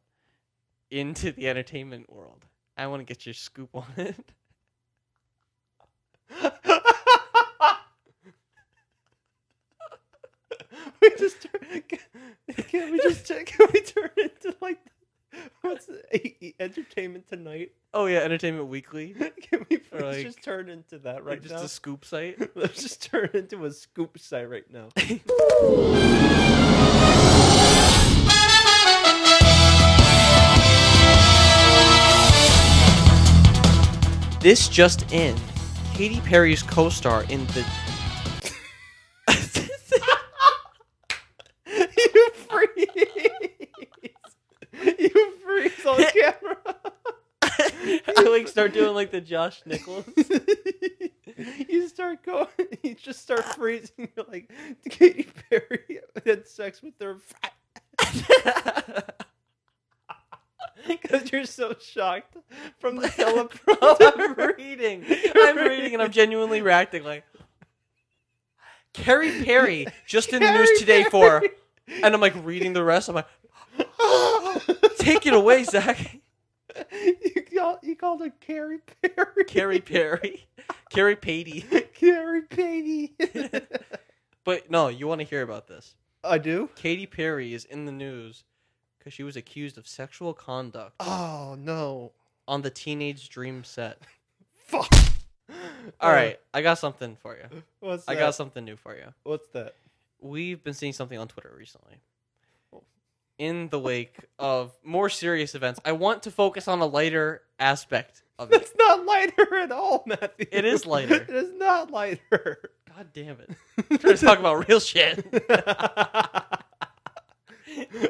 Speaker 2: into the entertainment world. I want to get your scoop on it.
Speaker 1: we just turn, can, can we just turn- can we turn into like what's the, E- E- entertainment tonight?
Speaker 2: Oh yeah, Entertainment Weekly,
Speaker 1: Can we please
Speaker 2: like-
Speaker 1: just turn into that
Speaker 2: right?
Speaker 1: right
Speaker 2: Just
Speaker 1: now?
Speaker 2: a scoop site.
Speaker 1: Let's just turn into a scoop site right now.
Speaker 2: This just in: Katy Perry's co-star in the.
Speaker 1: you freeze. you freeze on camera.
Speaker 2: I like start doing like the Josh Nichols.
Speaker 1: you start going. You just start freezing. You're like Katy Perry had sex with their. Because you're so shocked from the
Speaker 2: Bro, Oh, I'm
Speaker 1: teleprompter.
Speaker 2: reading. I'm reading, and I'm genuinely reacting like. Carrie Perry just in the news
Speaker 1: Katy
Speaker 2: today for,
Speaker 1: Perry.
Speaker 2: and I'm like reading the rest. I'm like, take it away, Zach.
Speaker 1: you, call, you called her Carrie Perry.
Speaker 2: Carrie Perry, Carrie Patey.
Speaker 1: Carrie Perry.
Speaker 2: But no, you want to hear about this.
Speaker 1: I do.
Speaker 2: Katy Perry is in the news because she was accused of sexual conduct
Speaker 1: Oh no!
Speaker 2: on the Teenage Dream set.
Speaker 1: Fuck. Uh.
Speaker 2: All right, I got something for you.
Speaker 1: What's that?
Speaker 2: I got something new for you.
Speaker 1: What's that?
Speaker 2: We've been seeing something on Twitter recently. In the wake of more serious events, I want to focus on a lighter aspect of it.
Speaker 1: That's not lighter at all, Matthew.
Speaker 2: It is lighter.
Speaker 1: it is not lighter.
Speaker 2: God damn it. We're going to talk about real shit.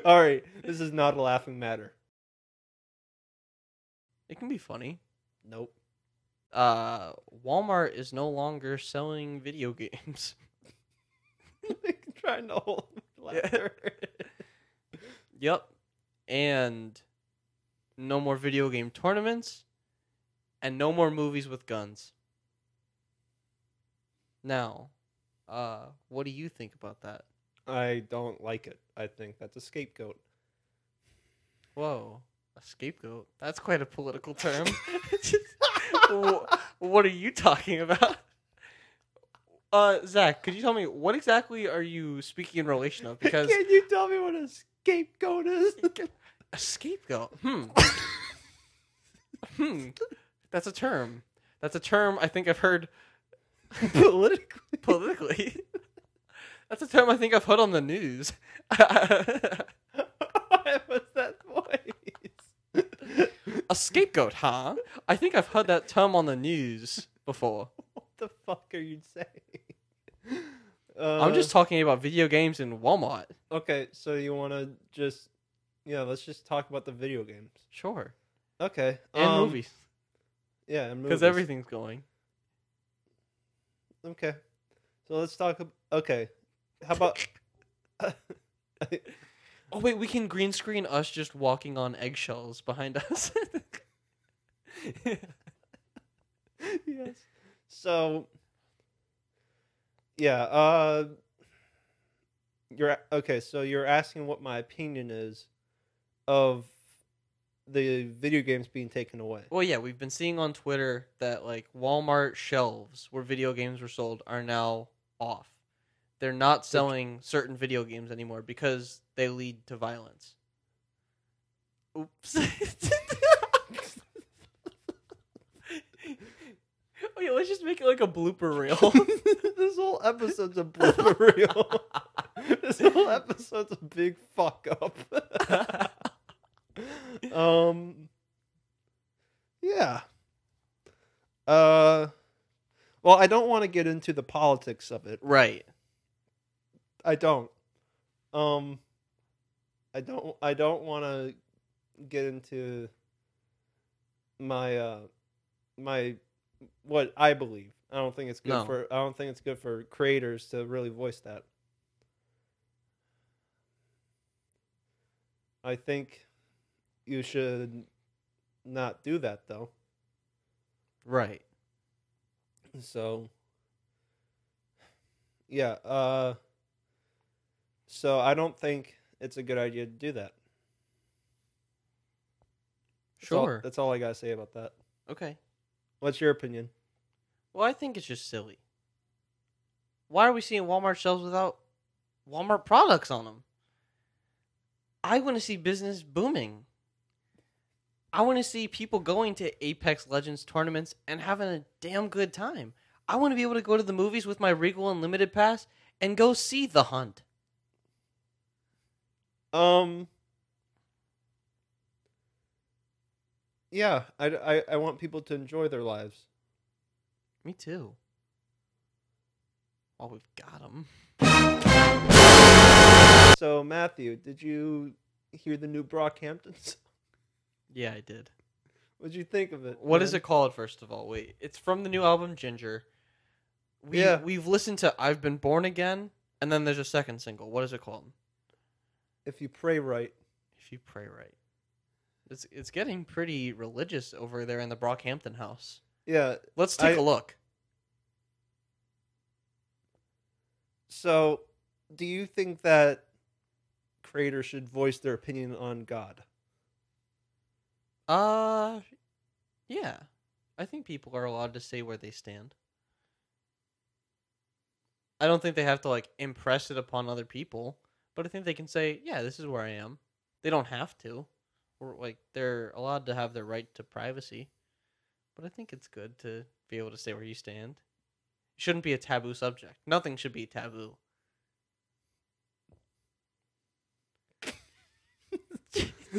Speaker 1: all right, this is not a laughing matter.
Speaker 2: It can be funny.
Speaker 1: Nope.
Speaker 2: Uh, Walmart is no longer selling video games.
Speaker 1: trying to hold laughter.
Speaker 2: Yep. And no more video game tournaments and no more movies with guns. Now, uh, what do you think about that?
Speaker 1: I don't like it. I think that's a scapegoat.
Speaker 2: Whoa, a scapegoat. That's quite a political term. Wh- what are you talking about? Uh, Zach, could you tell me what exactly are you speaking in relation of? Because
Speaker 1: Can you tell me what a scapegoat is?
Speaker 2: A scapegoat. Hmm. hmm. That's a term. That's a term I think I've heard
Speaker 1: Politically.
Speaker 2: politically. That's a term I think I've heard on the news.
Speaker 1: Why was that voice?
Speaker 2: a scapegoat, huh? I think I've heard that term on the news before.
Speaker 1: what the fuck are you saying? Uh,
Speaker 2: I'm just talking about video games in Walmart.
Speaker 1: okay. So you want to just yeah? Let's just talk about the video games.
Speaker 2: Sure.
Speaker 1: Okay.
Speaker 2: And
Speaker 1: um,
Speaker 2: movies.
Speaker 1: Yeah, and movies.
Speaker 2: Because everything's going.
Speaker 1: Okay. So let's talk. Ab- okay. How about?
Speaker 2: Oh, wait, we can green screen us just walking on eggshells behind us.
Speaker 1: yes. So. Yeah. Uh. You're a- okay. So you're asking what my opinion is of the video games being taken away.
Speaker 2: Well, yeah, we've been seeing on Twitter that like Walmart shelves where video games were sold are now off. They're not selling certain video games anymore because they lead to violence. Oops. oh yeah, let's just make it like a blooper reel.
Speaker 1: this whole episode's a blooper reel. this whole episode's a big fuck up. um. Yeah. Uh. Well, I don't want to get into the politics of it.
Speaker 2: right.
Speaker 1: I don't. Um. I don't. I don't want to get into my uh my what I believe. I don't think it's good
Speaker 2: No.
Speaker 1: for. I don't think it's good for creators to really voice that. I think you should not do that though.
Speaker 2: Right.
Speaker 1: So yeah, uh so I don't think it's a good idea to do that. That's all-
Speaker 2: Sure.
Speaker 1: that's all I gotta say about that.
Speaker 2: okay.
Speaker 1: What's your opinion?
Speaker 2: Well, I think it's just silly. Why are we seeing Walmart shelves without Walmart products on them? I want to see business booming. I want to see people going to Apex Legends tournaments and having a damn good time. I want to be able to go to the movies with my Regal Unlimited pass and go see The Hunt.
Speaker 1: Um Yeah, I, I, I want people to enjoy their lives.
Speaker 2: Me too. Well, we've got him.
Speaker 1: So Matthew, did you hear the new Brockhampton? song?
Speaker 2: Yeah, I did.
Speaker 1: What'd you think of it?
Speaker 2: What is
Speaker 1: man?
Speaker 2: it called? First of all, wait. It's from the new album Ginger. We,
Speaker 1: Yeah.
Speaker 2: We've listened to "I've Been Born Again," and then there's a second single. What is it called?
Speaker 1: If you pray right,
Speaker 2: If you pray right. It's it's getting pretty religious over there in the Brockhampton house.
Speaker 1: yeah.
Speaker 2: Let's take
Speaker 1: I-
Speaker 2: a look.
Speaker 1: So, do you think that creators should voice their opinion on God?
Speaker 2: Uh, yeah. I think people are allowed to say where they stand. I don't think they have to like impress it upon other people, but I think they can say, "Yeah, this is where I am." They don't have to, or like they're allowed to have their right to privacy. But I think it's good to be able to say where you stand. It shouldn't be a taboo subject. Nothing should be taboo.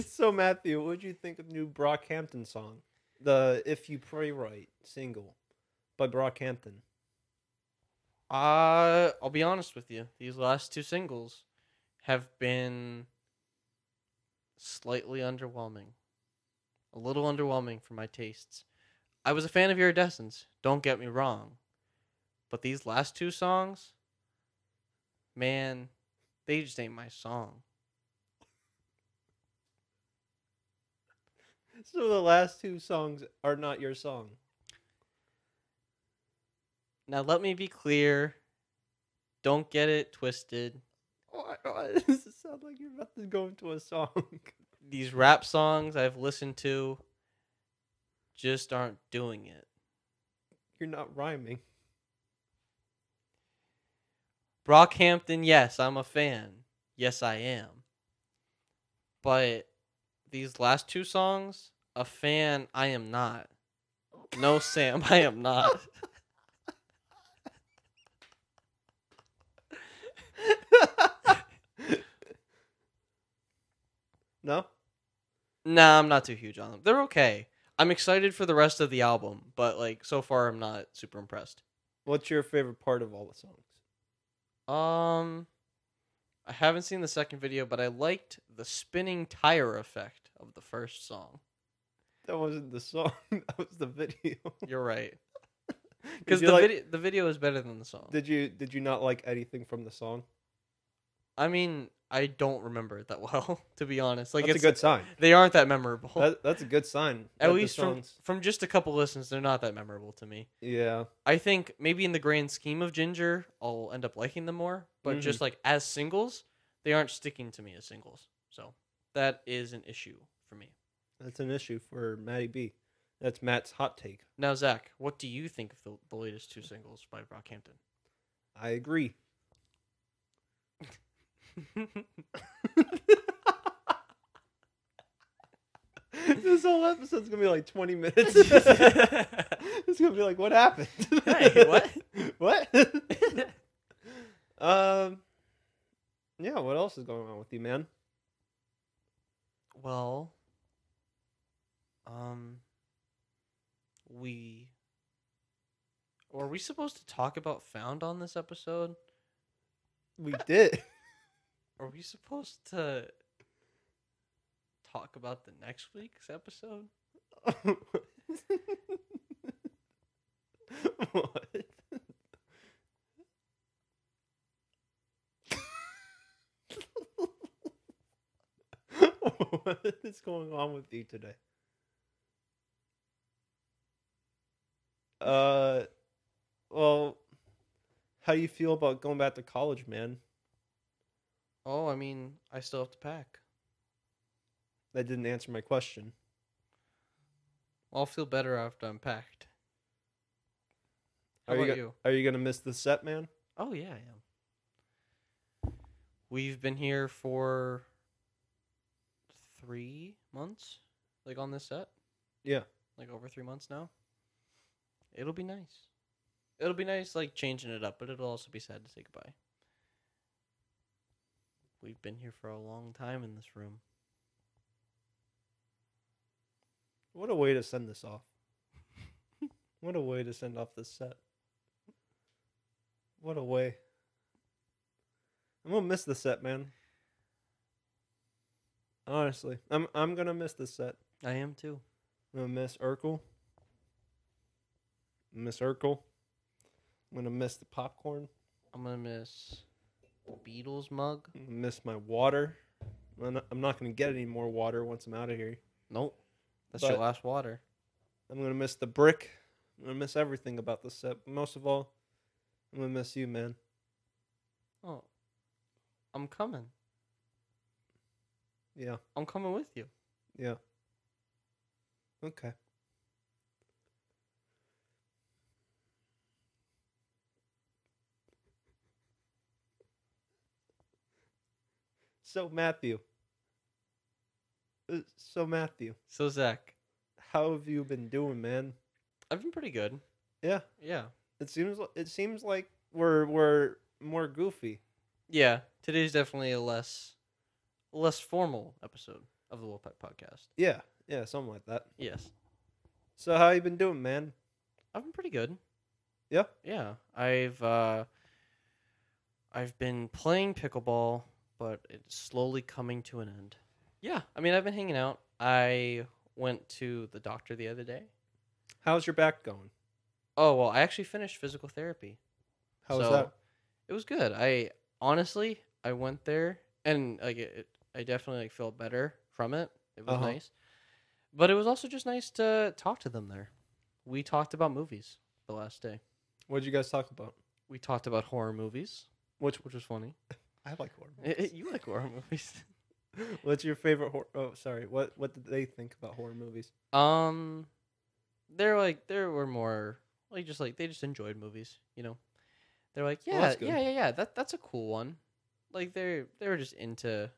Speaker 1: so Matthew, what would you think of the new Brockhampton song, the "If You Pray Right" single by Brockhampton?
Speaker 2: Uh, I'll be honest with you. These last two singles have been slightly underwhelming. A little underwhelming for my tastes. I was a fan of Iridescence, don't get me wrong. But these last two songs, man, they just ain't my song.
Speaker 1: So the last two songs are not your song.
Speaker 2: Now, let me be clear. Don't get it twisted.
Speaker 1: Why, why does it sound like you're about to go into a song?
Speaker 2: these rap songs I've listened to just aren't doing it.
Speaker 1: You're not rhyming.
Speaker 2: Brockhampton, yes, I'm a fan. Yes, I am. But these last two songs, a fan, I am not. No, Sam, I am not.
Speaker 1: No.
Speaker 2: Nah, I'm not too huge on them. They're okay. I'm excited for the rest of the album, but like so far, I'm not super impressed.
Speaker 1: What's your favorite part of all the songs?
Speaker 2: Um, I haven't seen the second video, but I liked the spinning tire effect of the first song.
Speaker 1: That wasn't the song. That was the video.
Speaker 2: You're right.
Speaker 1: Did
Speaker 2: Because
Speaker 1: you
Speaker 2: the
Speaker 1: like-
Speaker 2: video the video is better than the song.
Speaker 1: Did you did you not like anything from the song?
Speaker 2: I mean, I don't remember it that well, to be honest. Like
Speaker 1: That's a
Speaker 2: it's
Speaker 1: good sign.
Speaker 2: they aren't that memorable.
Speaker 1: That, that's a good sign. that
Speaker 2: At
Speaker 1: the
Speaker 2: least from, from just a couple listens, they're not that memorable to me.
Speaker 1: yeah.
Speaker 2: I think maybe in the grand scheme of Ginger, I'll end up liking them more. But
Speaker 1: Mhm.
Speaker 2: just like as singles, they aren't sticking to me as singles. So that is an issue for me.
Speaker 1: That's an issue for Matty B. That's Matt's hot take.
Speaker 2: Now, Zach, what do you think of the, the latest two singles by Brockhampton?
Speaker 1: I agree. this whole episode's gonna be like twenty minutes. it's gonna be like, what happened?
Speaker 2: Hey, what?
Speaker 1: what? um. Yeah. What else is going on with you, man?
Speaker 2: Well, um, we were we supposed to talk about found on this episode?
Speaker 1: We did.
Speaker 2: Are we supposed to talk about the next week's episode?
Speaker 1: what? what is going on with you today? Uh, well, how do you feel about going back to college, man?
Speaker 2: Oh, I mean, I still have to pack.
Speaker 1: That didn't answer my question.
Speaker 2: I'll feel better after I'm packed. How
Speaker 1: Are you
Speaker 2: about
Speaker 1: go-
Speaker 2: you?
Speaker 1: Are you gonna miss the set, man?
Speaker 2: Oh yeah, I am. We've been here for three months, like on this set.
Speaker 1: Yeah.
Speaker 2: like over three months now. It'll be nice. It'll be nice, like changing it up, but it'll also be sad to say goodbye. We've been here for a long time in this room.
Speaker 1: What a way to send this off. What a way to send off this set. What a way. I'm gonna miss the set, man. Honestly, I'm I'm gonna miss this set.
Speaker 2: I am too.
Speaker 1: I'm gonna miss Urkel. Miss Urkel. I'm gonna miss the popcorn.
Speaker 2: I'm gonna miss Beatles mug.
Speaker 1: I'm gonna miss my water. I'm not, I'm not gonna get any more water once I'm out of here.
Speaker 2: Nope. That's
Speaker 1: But-
Speaker 2: your last water.
Speaker 1: I'm gonna miss the brick. I'm gonna miss everything about this set. But most of all, I'm gonna miss you, man.
Speaker 2: Oh. I'm coming.
Speaker 1: Yeah,
Speaker 2: I'm coming with you.
Speaker 1: yeah. Okay. So Matthew. Uh, So Matthew,
Speaker 2: So Zach,
Speaker 1: how have you been doing, man?
Speaker 2: I've been pretty good.
Speaker 1: Yeah,
Speaker 2: Yeah.
Speaker 1: it seems it seems like we're we're more goofy.
Speaker 2: Yeah. Today's definitely a less less formal episode of the Wolfpack Podcast.
Speaker 1: Yeah, yeah, something like that.
Speaker 2: Yes.
Speaker 1: So how you been doing, man?
Speaker 2: I've been pretty good.
Speaker 1: Yeah.
Speaker 2: Yeah. I've uh I've been playing pickleball, but it's slowly coming to an end. Yeah. I mean I've been hanging out. I went to the doctor the other day.
Speaker 1: How's your back going?
Speaker 2: Oh well, I actually finished physical therapy.
Speaker 1: How's
Speaker 2: So,
Speaker 1: that?
Speaker 2: It was good. I honestly, I went there and like it, it- I definitely like felt better from it. It was
Speaker 1: Uh-huh.
Speaker 2: nice, but it was also just nice to talk to them there. We talked about movies the last day.
Speaker 1: What'd you guys talk about?
Speaker 2: We talked about horror movies,
Speaker 1: Which
Speaker 2: which was funny.
Speaker 1: I like horror.
Speaker 2: Eh, eh, you like horror movies?
Speaker 1: movies. What's your favorite horror? Oh, sorry. What what did they think about horror movies?
Speaker 2: Um, they're like there were more like just like they just enjoyed movies, you know. They're like,
Speaker 1: Well,
Speaker 2: yeah,
Speaker 1: that's
Speaker 2: yeah, yeah, yeah. That that's a cool one. Like they're they were just into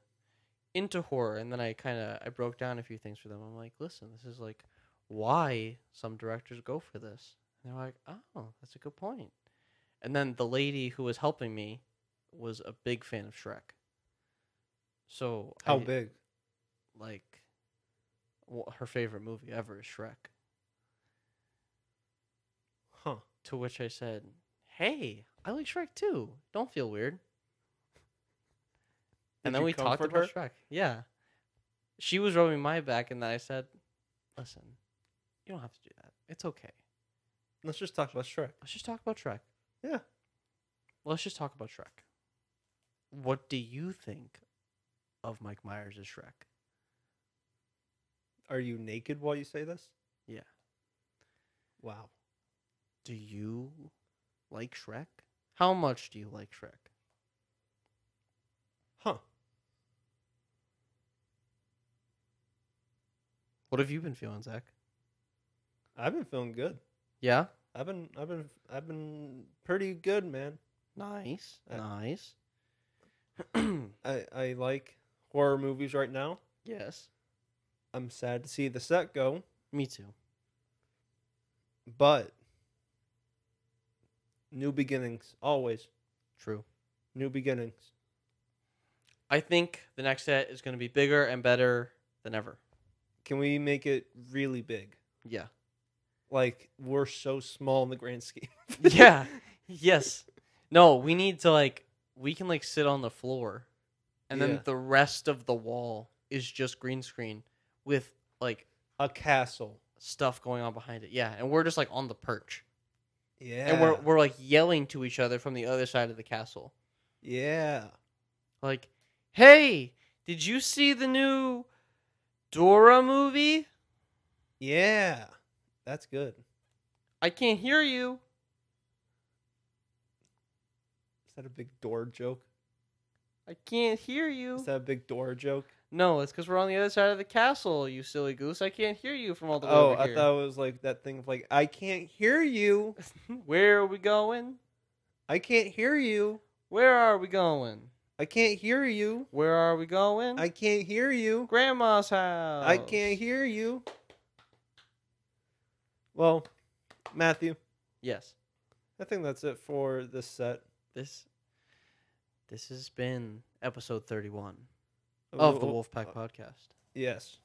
Speaker 2: into horror, and then I kind of I broke down a few things for them. I'm like, listen, this is like why some directors go for this. And they're like, oh, that's a good point. And then the lady who was helping me was a big fan of Shrek. So
Speaker 1: How
Speaker 2: I-
Speaker 1: big?
Speaker 2: like wh- her favorite movie ever is Shrek.
Speaker 1: Huh?
Speaker 2: To which I said, "Hey, I like Shrek too. Don't feel weird." and
Speaker 1: Did
Speaker 2: then
Speaker 1: you
Speaker 2: we talked
Speaker 1: comfort
Speaker 2: about Shrek. Yeah, she was rubbing my back, and then I said, "Listen, you don't have to do that. It's okay.
Speaker 1: Let's just talk about Shrek.
Speaker 2: Let's just talk about Shrek."
Speaker 1: Yeah.
Speaker 2: Let's just talk about Shrek. What do you think of Mike Myers as Shrek?
Speaker 1: Are you naked while you say this?
Speaker 2: Yeah.
Speaker 1: Wow.
Speaker 2: Do you like Shrek? How much do you like Shrek?
Speaker 1: Huh?
Speaker 2: What have you been feeling, Zach?
Speaker 1: I've been feeling good.
Speaker 2: Yeah.
Speaker 1: I've been I've been I've been pretty good, man.
Speaker 2: Nice.
Speaker 1: Uh,
Speaker 2: nice.
Speaker 1: I I like horror movies right now.
Speaker 2: yes.
Speaker 1: I'm sad to see the set go,
Speaker 2: Me too.
Speaker 1: but new beginnings always.
Speaker 2: True.
Speaker 1: New beginnings.
Speaker 2: I think the next set is going to be bigger and better than ever.
Speaker 1: Can we make it really big?
Speaker 2: Yeah.
Speaker 1: Like we're so small in the grand scheme.
Speaker 2: yeah. Yes. No, we need to like we can like sit on the floor and
Speaker 1: Yeah.
Speaker 2: then the rest of the wall is just green screen with like
Speaker 1: A castle.
Speaker 2: stuff going on behind it. Yeah, and we're just like on the perch.
Speaker 1: Yeah.
Speaker 2: And we're we're like yelling to each other from the other side of the castle.
Speaker 1: yeah.
Speaker 2: Like, hey, did you see the new Dora movie?
Speaker 1: Yeah. That's good.
Speaker 2: I can't hear you.
Speaker 1: Is that a big door joke?
Speaker 2: I can't hear you.
Speaker 1: Is that a big door joke?
Speaker 2: no, it's because we're on the other side of the castle, you silly goose. I can't hear you from all the way
Speaker 1: Oh,
Speaker 2: over
Speaker 1: I
Speaker 2: here.
Speaker 1: thought it was like that thing of like I can't hear you.
Speaker 2: Hmm, Where are we going?
Speaker 1: I can't hear you.
Speaker 2: Where are we going?
Speaker 1: I can't hear you.
Speaker 2: Where are we going?
Speaker 1: I can't hear you.
Speaker 2: Grandma's house.
Speaker 1: I can't hear you. Well, Matthew,
Speaker 2: Yes,
Speaker 1: I think that's it for this set
Speaker 2: this this has been episode thirty-one
Speaker 1: of
Speaker 2: of
Speaker 1: the uh,
Speaker 2: the Wolfpack Podcast.
Speaker 1: Yes.